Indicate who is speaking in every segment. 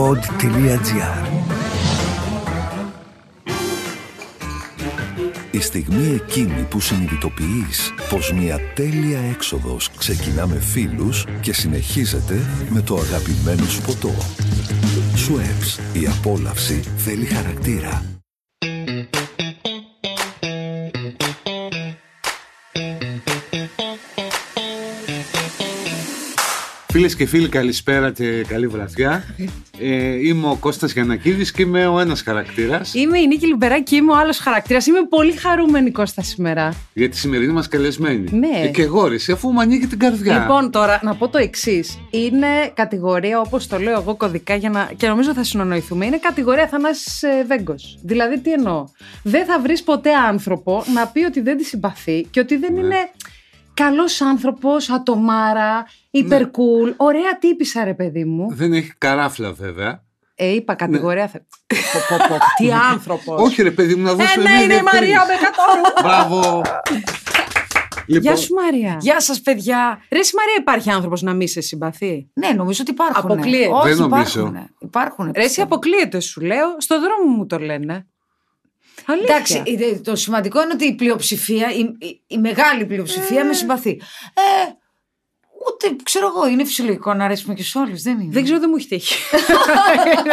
Speaker 1: pod.gr
Speaker 2: Η στιγμή εκείνη που συνειδητοποιείς πως μια τέλεια έξοδος ξεκινά με φίλους και συνεχίζεται με το αγαπημένο σου ποτό. Σουέπς, η απόλαυση θέλει χαρακτήρα.
Speaker 3: Φίλες και φίλοι, καλησπέρα και καλή βραδιά. Ε, είμαι ο Κώστας Γιανακίδης και είμαι ο ένας χαρακτήρας.
Speaker 4: Είμαι η Νίκη Λιμπεράκη και είμαι ο άλλος χαρακτήρας. Είμαι πολύ χαρούμενη Κώστα σήμερα.
Speaker 3: Για τη σημερινή μας καλεσμένη.
Speaker 4: Ναι.
Speaker 3: Ε, και γόρηση, αφού μου ανοίγει την καρδιά.
Speaker 4: Λοιπόν, τώρα να πω το εξής. Είναι κατηγορία, όπως το λέω εγώ κωδικά, για να... και νομίζω θα συνονοηθούμε. Είναι κατηγορία Θανάσης ε, Βέγκος. Δηλαδή, τι εννοώ. Δεν θα βρεις ποτέ άνθρωπο να πει ότι δεν τη συμπαθεί και ότι δεν είναι καλός άνθρωπος, ατομάρα, υπερκούλ. Ωραία τύπησα, ρε παιδί μου.
Speaker 3: Δεν έχει καράφλα βέβαια.
Speaker 4: Ε, είπα κατηγορία. θε- Πω, πω, πω, τι άνθρωπος.
Speaker 3: Όχι ρε παιδί μου, να δώσω
Speaker 4: Ε, ναι,
Speaker 3: μια
Speaker 4: είναι η
Speaker 3: διευκρίνηση.
Speaker 4: Μαρία Μπεκατόρου.
Speaker 3: Μπράβο. λοιπόν,
Speaker 4: Γεια σου, Μαρία.
Speaker 5: Γεια σας, παιδιά.
Speaker 4: Ρε εσύ, Μαρία, υπάρχει άνθρωπος να μη σε συμπαθεί.
Speaker 5: Ναι, νομίζω ότι υπάρχουν.
Speaker 4: Αποκλείεται.
Speaker 5: Όχι,
Speaker 3: Δεν νομίζω.
Speaker 5: υπάρχουν. Υπάρχουν.
Speaker 4: Ρε εσύ, αποκλείεται, σου λέω. Στο δρόμο μου το λένε. Αλήθεια.
Speaker 5: Εντάξει, ε, το σημαντικό είναι ότι η πλειοψηφία, η, η- η μεγάλη πλειοψηφία με συμπαθεί. Ε, ούτε ξέρω εγώ, είναι φυσιολογικό να αρέσουμε και σε όλους, δεν είναι.
Speaker 4: Δεν ξέρω, δεν μου έχει τύχει.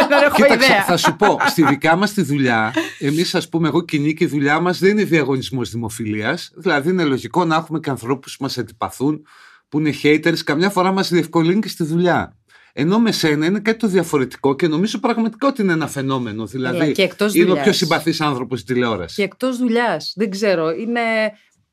Speaker 4: δεν έχω
Speaker 3: Κοίταξε,
Speaker 4: ιδέα.
Speaker 3: θα σου πω, στη δικά μας τη δουλειά, εμείς ας πούμε, εγώ και η Νίκη, η δουλειά μας δεν είναι διαγωνισμός δημοφιλίας, δηλαδή είναι λογικό να έχουμε και ανθρώπους που μας αντιπαθούν, που είναι haters, καμιά φορά μας διευκολύνει και στη δουλειά. Ενώ με σένα είναι κάτι το διαφορετικό και νομίζω πραγματικά ότι είναι ένα φαινόμενο. Δηλαδή,
Speaker 4: και εκτός
Speaker 3: είναι ο
Speaker 4: δουλειάς.
Speaker 3: πιο συμπαθής άνθρωπος στην τηλεόραση.
Speaker 4: Και εκτός δουλειάς. Δεν ξέρω. Είναι.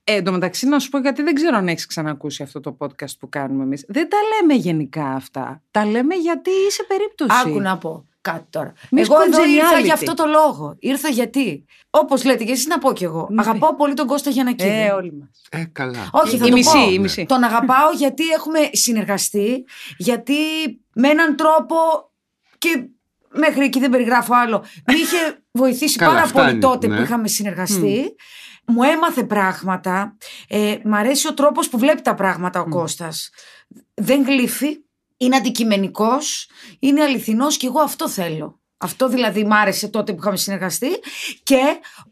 Speaker 4: Ε, εν τω μεταξύ, να σου πω γιατί δεν ξέρω αν έχεις ξανακούσει αυτό το podcast που κάνουμε εμείς. Δεν τα λέμε γενικά αυτά. Τα λέμε γιατί είσαι περίπτωση.
Speaker 5: Άκου να πω κάτι τώρα.
Speaker 4: Miss
Speaker 5: εγώ εδώ ήρθα
Speaker 4: Congeniality.
Speaker 5: για αυτό το λόγο. Ήρθα γιατί. Όπως λέτε και εσείς να πω κι εγώ.
Speaker 4: Ναι.
Speaker 5: Αγαπάω πολύ τον Κώστα Γιανακίδη.
Speaker 4: Ε, όλοι μας.
Speaker 3: Ε, καλά.
Speaker 5: Όχι, θα
Speaker 4: Η
Speaker 5: το
Speaker 4: μισή,
Speaker 5: πω.
Speaker 4: η
Speaker 3: Ναι.
Speaker 4: μισή.
Speaker 5: Τον αγαπάω γιατί έχουμε συνεργαστεί, γιατί με έναν τρόπο και μέχρι εκεί δεν περιγράφω άλλο. Με είχε βοηθήσει
Speaker 3: Καλά,
Speaker 5: πάρα
Speaker 3: φτάνει,
Speaker 5: πολύ τότε
Speaker 3: ναι.
Speaker 5: που είχαμε συνεργαστεί. Μου έμαθε πράγματα. Ε, μ' αρέσει ο τρόπος που βλέπει τα πράγματα ο Κώστας. Δεν γλύφει, είναι αντικειμενικός, είναι αληθινός και εγώ αυτό θέλω. Αυτό δηλαδή μ' άρεσε τότε που είχαμε συνεργαστεί και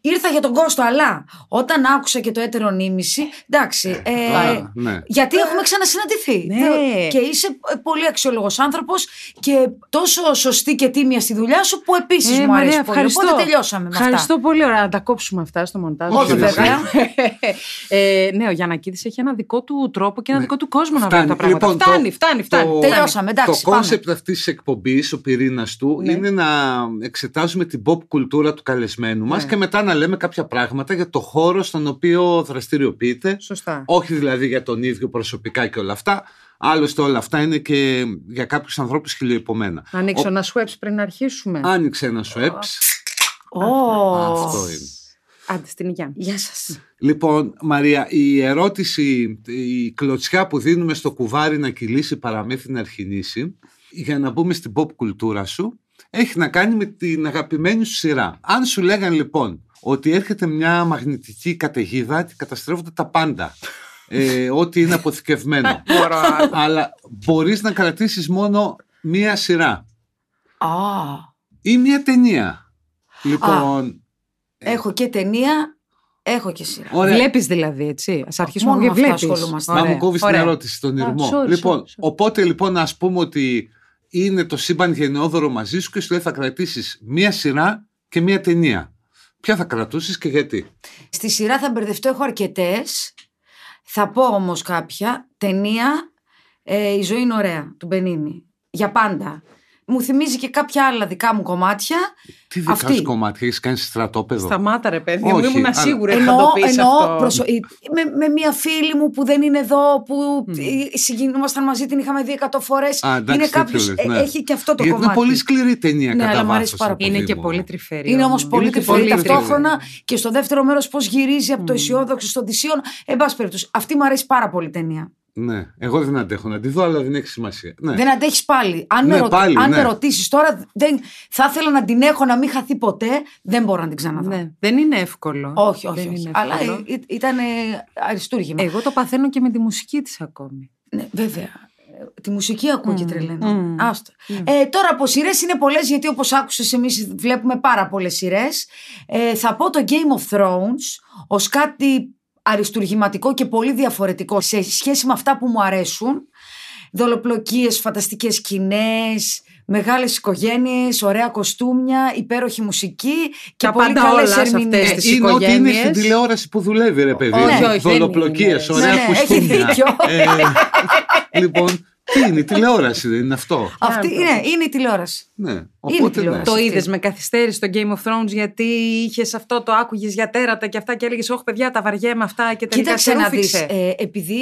Speaker 5: ήρθα για τον Κώστα, αλλά όταν άκουσα και το έτερο νήμιση, εντάξει, ε,
Speaker 3: Α, ναι.
Speaker 5: γιατί έχουμε ξανασυναντηθεί.
Speaker 4: Ε, Ναι.
Speaker 5: Δε- Και είσαι ε, πολύ αξιόλογος άνθρωπος και τόσο σωστή και τίμια στη δουλειά σου που επίσης
Speaker 4: Ε,
Speaker 5: μου αρέσει
Speaker 4: Μαρία,
Speaker 5: πολύ. Οπότε τελειώσαμε με
Speaker 4: Ευχαριστώ πολύ. Ωραία, να τα κόψουμε αυτά στο μοντάζ.
Speaker 3: Όχι,
Speaker 4: βέβαια.
Speaker 3: δεν
Speaker 4: ε, ναι, ο Γιανακίδης έχει ένα δικό του τρόπο και ένα δικό του κόσμο να βλέπει τα πράγματα.
Speaker 3: Ναι. Λοιπόν, το-
Speaker 4: φτάνει, φτάνει, φτάνει.
Speaker 3: το-
Speaker 5: Τελειώσαμε, εντάξει,
Speaker 3: Το
Speaker 5: πάμε.
Speaker 3: κόνσεπτ αυτής της εκπομπής, ο πυρήνας του,
Speaker 4: Ναι.
Speaker 3: είναι να εξετάζουμε την pop κουλτούρα του καλεσμένου μας
Speaker 4: Ναι.
Speaker 3: και μετά να λέμε κάποια πράγματα για το χώρο στον οποίο δραστηριοποιείται.
Speaker 4: Σωστά.
Speaker 3: Όχι δηλαδή για τον ίδιο προσωπικά και όλα αυτά. Άλλωστε, όλα αυτά είναι και για κάποιους ανθρώπους χιλιοϊπωμένα.
Speaker 4: Να ανοίξω ένα σουέψ πριν να αρχίσουμε.
Speaker 3: Άνοιξε ένα σου
Speaker 5: αυτά. Ω.
Speaker 3: Αυτό είναι.
Speaker 4: Άντε στην υγειά.
Speaker 5: Γεια σας.
Speaker 3: Λοιπόν, Μαρία, η ερώτηση, η κλωτσιά που δίνουμε στο κουβάρι να κυλήσει παραμύθι να αρχινήσει, για να μπούμε στην pop κουλτούρα σου, έχει να κάνει με την αγαπημένη σου σειρά. Αν σου λέγαν λοιπόν ότι έρχεται μια μαγνητική καταιγίδα και καταστρέφονται τα πάντα, ε, ό,τι είναι αποθηκευμένο, αλλά μπορείς να κρατήσεις μόνο μία σειρά
Speaker 5: Α.
Speaker 3: ή μία ταινία. Λοιπόν,
Speaker 5: Ε. Έχω και ταινία, έχω και σειρά.
Speaker 3: ωραία.
Speaker 4: Βλέπεις δηλαδή, έτσι. Ας αρχίσουμε
Speaker 5: Μόνο
Speaker 4: και
Speaker 5: με αυτά
Speaker 4: βλέπεις.
Speaker 5: ασχολούμαστε.
Speaker 3: Μα μου κόβεις την ερώτηση στον
Speaker 4: Α,
Speaker 3: ηρμό.
Speaker 4: sorry,
Speaker 3: λοιπόν,
Speaker 4: sorry, sorry.
Speaker 3: οπότε λοιπόν να πούμε ότι είναι το σύμπαν γενναιόδωρο μαζί σου και σου λέει θα κρατήσεις μία σειρά και μία ταινία. Ποια θα κρατούσες και γιατί.
Speaker 5: Στη σειρά θα μπερδευτώ, έχω αρκετές. Θα πω όμως κάποια. Ταινία ε, Η ζωή είναι ωραία του Μπενίνη. Για πάντα. Μου θυμίζει και κάποια άλλα δικά μου κομμάτια.
Speaker 3: Τι δικά
Speaker 5: Αυτή.
Speaker 3: σου κομμάτια έχεις κάνει στρατόπεδο.
Speaker 4: Σταμάτα, ρε παιδί μου,
Speaker 3: Όχι,
Speaker 4: ήμουν
Speaker 3: αλλά-
Speaker 4: σίγουρη ότι θα
Speaker 5: Εννοώ,
Speaker 4: το πεις αυτό.
Speaker 5: εννοώ προσω- η- με, με μια φίλη μου που δεν είναι εδώ, που ε, συγκινούμασταν μαζί, την είχαμε δει 100 φορές.
Speaker 3: Α, εντάξει, τέτοιο
Speaker 5: Είναι κάποιο.
Speaker 3: λες, ναι.
Speaker 5: Έχει και αυτό το
Speaker 3: Γιατί
Speaker 5: κομμάτι.
Speaker 3: είναι πολύ σκληρή ταινία
Speaker 5: Ναι,
Speaker 3: κατά
Speaker 5: αλλά μου αρέσει
Speaker 3: βάθος,
Speaker 5: πάρα
Speaker 3: ρε
Speaker 5: πολύ.
Speaker 4: Είναι
Speaker 3: παιδί
Speaker 4: και
Speaker 3: μου.
Speaker 4: πολύ τρυφερή.
Speaker 5: Είναι όμως πολύ
Speaker 3: και
Speaker 5: κρυφή
Speaker 3: πολύ
Speaker 5: ταυτόχρονα και στο δεύτερο μέρος πώς γυρίζει από το αισιόδοξο στον Τυσίον. Εν πάση περιπτώσει, αυτή μου αρέσει πάρα πολύ η ταινία.
Speaker 3: Ναι, εγώ δεν αντέχω να τη δω, αλλά δεν έχει σημασία. Ναι.
Speaker 5: Δεν αντέχεις πάλι. Αν,
Speaker 3: Ναι,
Speaker 5: με, ρω...
Speaker 3: πάλι,
Speaker 5: αν
Speaker 3: ναι.
Speaker 5: με ρωτήσεις τώρα, δεν... θα ήθελα να την έχω να μην χαθεί ποτέ. Δεν μπορώ να την ξαναδώ.
Speaker 4: Ναι, δεν είναι εύκολο.
Speaker 5: Όχι, όχι.
Speaker 4: Δεν
Speaker 5: όχι.
Speaker 4: είναι
Speaker 5: Αλλά ε,
Speaker 4: εύκολο. Ε,
Speaker 5: ήταν αριστούργημα.
Speaker 4: Εγώ το παθαίνω και με τη μουσική της ακόμη.
Speaker 5: Ναι, βέβαια. Τη μουσική ακούω και τρελαίνω. Άστο.
Speaker 4: Ναι.
Speaker 5: Ε, τώρα από σειρές είναι πολλές, γιατί όπως άκουσες, εμείς βλέπουμε πάρα πολλές σειρές. Ε, θα πω το Game of Thrones ω κάτι αριστουργηματικό και πολύ διαφορετικό σε σχέση με αυτά που μου αρέσουν. Δολοπλοκίες, φανταστικές σκηνές, μεγάλες οικογένειες, ωραία κοστούμια, υπέροχη μουσική και
Speaker 4: Τα
Speaker 5: πολύ
Speaker 4: πάντα
Speaker 5: καλές
Speaker 4: όλα σε
Speaker 5: ερμηνείες. Ε,
Speaker 4: αυτές τις
Speaker 3: Είναι ότι είναι στην
Speaker 4: οικογένειες.
Speaker 3: τηλεόραση που δουλεύει, ρε παιδί.
Speaker 4: Όχι, όχι, δεν
Speaker 3: Δολοπλοκίες,
Speaker 4: είναι.
Speaker 3: ωραία
Speaker 5: Ναι, έχει
Speaker 3: κουστούμια.
Speaker 5: δίκιο.
Speaker 3: Ε, λοιπόν, τι είναι, η τηλεόραση δεν είναι αυτό.
Speaker 5: Αυτή, ναι, είναι η τηλεόραση.
Speaker 3: Ναι. Οπότε ναι.
Speaker 5: τηλεόραση.
Speaker 4: Το
Speaker 5: Αυτή.
Speaker 4: είδες με καθυστέρηση στο Game of Thrones γιατί είχες αυτό, το άκουγες για τέρατα και αυτά και έλεγες Όχι, παιδιά, τα βαριέμαι αυτά και τελικά
Speaker 5: Κοίταξε
Speaker 4: σε
Speaker 5: να δεις,
Speaker 4: ρούφηξε.
Speaker 5: ε, επειδή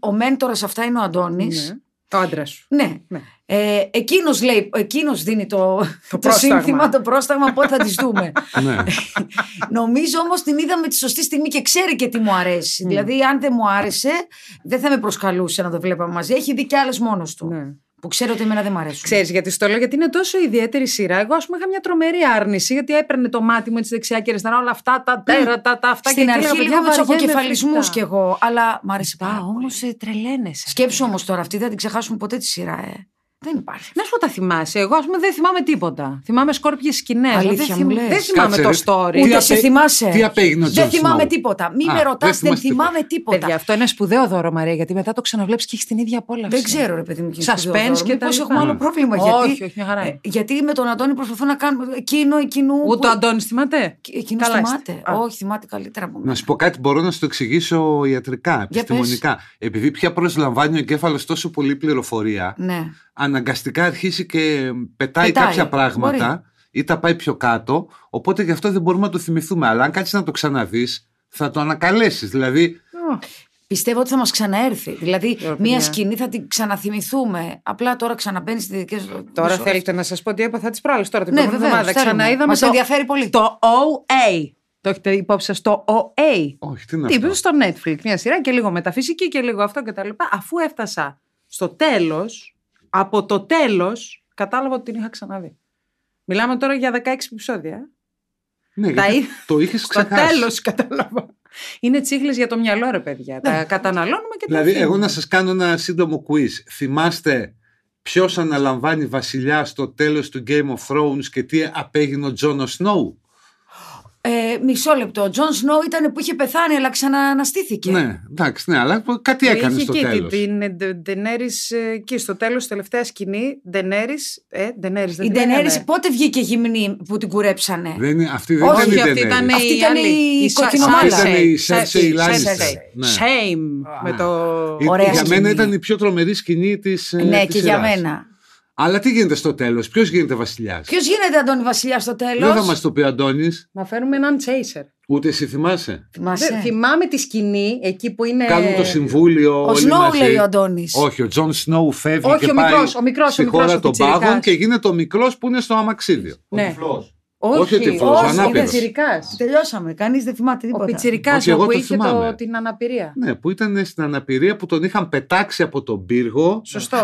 Speaker 5: ο μέντορας αυτά είναι ο Αντώνης,
Speaker 4: Ναι. Ο άντρα σου.
Speaker 5: Ναι.
Speaker 4: Ναι.
Speaker 5: Ε, εκείνος, λέει, εκείνος δίνει το, το,
Speaker 4: πρόσταγμα.
Speaker 5: σύνθημα, το πρόσταγμα, πότε θα τις δούμε.
Speaker 3: Ναι.
Speaker 5: Νομίζω όμως την είδαμε τη σωστή στιγμή και ξέρει και τι μου αρέσει.
Speaker 3: Ναι.
Speaker 5: Δηλαδή, αν δεν μου άρεσε, δεν θα με προσκαλούσε να το βλέπαμε μαζί. Έχει δει κι άλλες μόνος του.
Speaker 4: Ναι.
Speaker 5: Που ξέρει ότι εμένα δεν μου αρέσουν.
Speaker 4: Ξέρεις γιατί στο λέω, γιατί είναι τόσο ιδιαίτερη σειρά. Εγώ, ας πούμε, είχα μια τρομερή άρνηση, γιατί έπαιρνε το μάτι μου έτσι δεξιά και αριστερά, όλα αυτά τα τέρατα, τα αυτά
Speaker 5: Στην
Speaker 4: και
Speaker 5: αρχή λίγο με του αποκεφαλισμού κι
Speaker 4: και.
Speaker 5: εγώ, αλλά μ' άρεσε πάρα πολύ.
Speaker 4: Όμω
Speaker 3: ε,
Speaker 4: τρελαίνεσαι.
Speaker 5: Σκέψου όμως τώρα, αυτή δεν την ξεχάσουμε ποτέ τη σειρά, ε. Δεν υπάρχει.
Speaker 4: Να σου πω τα θυμάσαι. Εγώ, ας πούμε, δεν θυμάμαι τίποτα. Θυμάμαι σκόρπιες σκηνές.
Speaker 5: Αλήθεια
Speaker 4: δεν,
Speaker 5: μου
Speaker 4: θυμ-
Speaker 5: λες.
Speaker 4: δεν θυμάμαι
Speaker 3: Κάτσε,
Speaker 4: το
Speaker 3: ρε.
Speaker 4: story.
Speaker 3: Τι
Speaker 5: Ούτε
Speaker 3: απέ-
Speaker 5: σε θυμάσαι.
Speaker 3: τι απέγινε ο
Speaker 5: Δεν
Speaker 3: Τζον
Speaker 5: θυμάμαι
Speaker 3: Σνόου.
Speaker 5: τίποτα. Μη
Speaker 3: Α,
Speaker 5: με
Speaker 3: δεν
Speaker 5: ρωτάς, δεν
Speaker 3: θυμάσαι τίποτα.
Speaker 5: θυμάμαι τίποτα.
Speaker 4: Παιδιά, αυτό είναι σπουδαίο δώρο, Μαρία, γιατί μετά το ξαναβλέπει και έχεις την ίδια απόλαυση.
Speaker 5: Δεν ξέρω, ρε παιδί μου. κύριε
Speaker 4: Suspense
Speaker 5: Σπυροδόρου,
Speaker 4: και τα
Speaker 5: μήπως
Speaker 4: λοιπά.
Speaker 5: έχουμε άλλο
Speaker 4: Ναι.
Speaker 5: πρόβλημα.
Speaker 4: Όχι,
Speaker 5: γιατί, Ε,
Speaker 4: όχι, μια χαρά είναι.
Speaker 5: γιατί με τον Αντώνη προσπαθώ να κάνουμε εκείνο, εκείνου.
Speaker 4: Ούτε ο Αντώνης θυμάται.
Speaker 5: Εκείνος
Speaker 4: Καλά είστε.
Speaker 5: θυμάται.
Speaker 4: Α.
Speaker 5: Όχι, θυμάται καλύτερα από
Speaker 3: Να
Speaker 5: μένα.
Speaker 3: σου πω κάτι, μπορώ να σου το εξηγήσω ιατρικά,
Speaker 5: πες.
Speaker 3: επιστημονικά. Επειδή πια προσλαμβάνει ο εγκέφαλος τόσο πολύ πληροφορία,
Speaker 5: Ναι.
Speaker 3: αναγκαστικά αρχίσει και πετάει,
Speaker 5: Πετάει.
Speaker 3: κάποια πράγματα ή τα πάει πιο κάτω. Οπότε γι' αυτό δεν μπορούμε να το θυμηθούμε. Αλλά αν κάτσεις να το ξαναδείς, θα το ανακαλέσεις. Δηλαδή,
Speaker 5: Πιστεύω ότι θα μας ξαναέρθει. Δηλαδή,
Speaker 4: Ωραία,
Speaker 5: μία
Speaker 4: παιδιά.
Speaker 5: σκηνή θα την ξαναθυμηθούμε. Απλά τώρα ξαναμπαίνεις στη δική σου.
Speaker 4: Τώρα
Speaker 5: σου-
Speaker 4: θέλετε να σας πω τι έπαθα τη προάλλη. Τώρα την
Speaker 5: Ναι,
Speaker 4: προηγούμενη
Speaker 5: βεβαίως,
Speaker 4: εβδομάδα.
Speaker 5: θέλουμε.
Speaker 4: Ξαναείδαμε.
Speaker 5: Μας
Speaker 4: το-
Speaker 5: ενδιαφέρει πολύ.
Speaker 4: Το OA. Το έχετε υπόψη σας το OA.
Speaker 3: όχι, τι να
Speaker 4: Τι στο Netflix. Μια σειρά και λίγο μεταφυσική και λίγο αυτό και τα λοιπά. Αφού έφτασα στο τέλος, από το τέλος, κατάλαβα ότι την είχα ξαναδεί. Μιλάμε τώρα για 16 επεισόδια. ε.
Speaker 3: Ναι,
Speaker 4: Τα
Speaker 3: γιατί
Speaker 4: είδα
Speaker 3: το είχες
Speaker 4: Στο
Speaker 3: ξεχάσει.
Speaker 4: τέλος κατάλαβα. Είναι τσίχλες για το μυαλό, ρε παιδιά. Τα καταναλώνουμε και τα
Speaker 3: Ναι. Δηλαδή,
Speaker 4: αφήνουμε.
Speaker 3: εγώ να σας κάνω ένα σύντομο quiz. Θυμάστε ποιος αναλαμβάνει βασιλιά στο τέλος του Game of Thrones και τι απέγινε ο Τζόνο Σνόου.
Speaker 5: Ε, μισό λεπτό. Ο Τζον Σνόου ήταν που είχε πεθάνει, αλλά ξαναναστήθηκε.
Speaker 3: Ναι, εντάξει, ναι, αλλά κάτι
Speaker 4: Που
Speaker 3: έκανε
Speaker 4: είχε
Speaker 3: στο
Speaker 4: εκεί
Speaker 3: τέλο.
Speaker 4: την- την Ντε- Ντενέρης, ε, εκεί στο τέλος, τελευταία σκηνή, Ντενέρης, ε, Ντενέρης, δεν
Speaker 5: Η
Speaker 4: τη λέγανε.
Speaker 5: Ντενέρη πότε βγήκε γυμνή που την κουρέψανε.
Speaker 3: Δεν είναι, αυτή δεν
Speaker 5: Όχι,
Speaker 3: ήταν η
Speaker 4: αυτή
Speaker 3: Daenerys.
Speaker 4: ήταν η
Speaker 5: Αυτή ήταν
Speaker 4: άλλη,
Speaker 5: η
Speaker 4: Σα-
Speaker 5: κοκκινομάλα.
Speaker 4: Σάρσεϊ.
Speaker 3: Αυτή ήταν η
Speaker 4: Σάρσεϊ
Speaker 3: Σάρσεϊ Λάνιστερ.
Speaker 4: Σάρσεϊ.
Speaker 3: Ναι.
Speaker 4: Shame με το...
Speaker 3: Η-
Speaker 5: Ωραία
Speaker 3: για
Speaker 5: σκηνή.
Speaker 3: μένα ήταν η πιο τρομερή σκηνή της.
Speaker 5: Ναι, και για μένα.
Speaker 3: Αλλά τι γίνεται στο τέλος, ποιος γίνεται βασιλιάς.
Speaker 5: Ποιος γίνεται Αντώνη Βασιλιά στο
Speaker 3: Δεν θα
Speaker 5: τέλο.
Speaker 3: μας το πει ο Αντώνης,
Speaker 4: Να φέρουμε έναν chaser.
Speaker 3: ούτε εσύ θυμάσαι.
Speaker 4: Δεν- Θυμάμαι τη σκηνή εκεί που είναι...
Speaker 3: Κάνουν το συμβούλιο.
Speaker 5: Ε, Ο
Speaker 3: όλοι
Speaker 5: Σνόου
Speaker 3: μαζί.
Speaker 5: λέει ο Αντώνης.
Speaker 3: Όχι, ο Τζον Σνόου φεύγει
Speaker 4: Όχι,
Speaker 3: και
Speaker 4: ο
Speaker 3: πάει
Speaker 4: μικρός, ο μικρός, ο
Speaker 3: στη
Speaker 4: μικρός,
Speaker 3: χώρα
Speaker 4: ο
Speaker 3: των
Speaker 4: πιτσιρικάς.
Speaker 3: πάγων και γίνεται ο μικρός που είναι στο αμαξίδιο.
Speaker 4: Ναι.
Speaker 3: Όχι ο τυφλός,
Speaker 4: όχι,
Speaker 3: ανάπηρος.
Speaker 4: ο Πιτσιρικάς.
Speaker 5: Τελειώσαμε. Κανείς δεν
Speaker 4: Ο
Speaker 5: θυμάται τίποτα.
Speaker 4: Πιτσιρικάς
Speaker 3: Όχι, εγώ
Speaker 4: που
Speaker 3: το
Speaker 4: είχε
Speaker 3: θυμάμαι.
Speaker 4: το- την αναπηρία.
Speaker 3: Ναι, που ήταν στην αναπηρία που τον είχαν πετάξει από τον πύργο.
Speaker 4: Σωστό.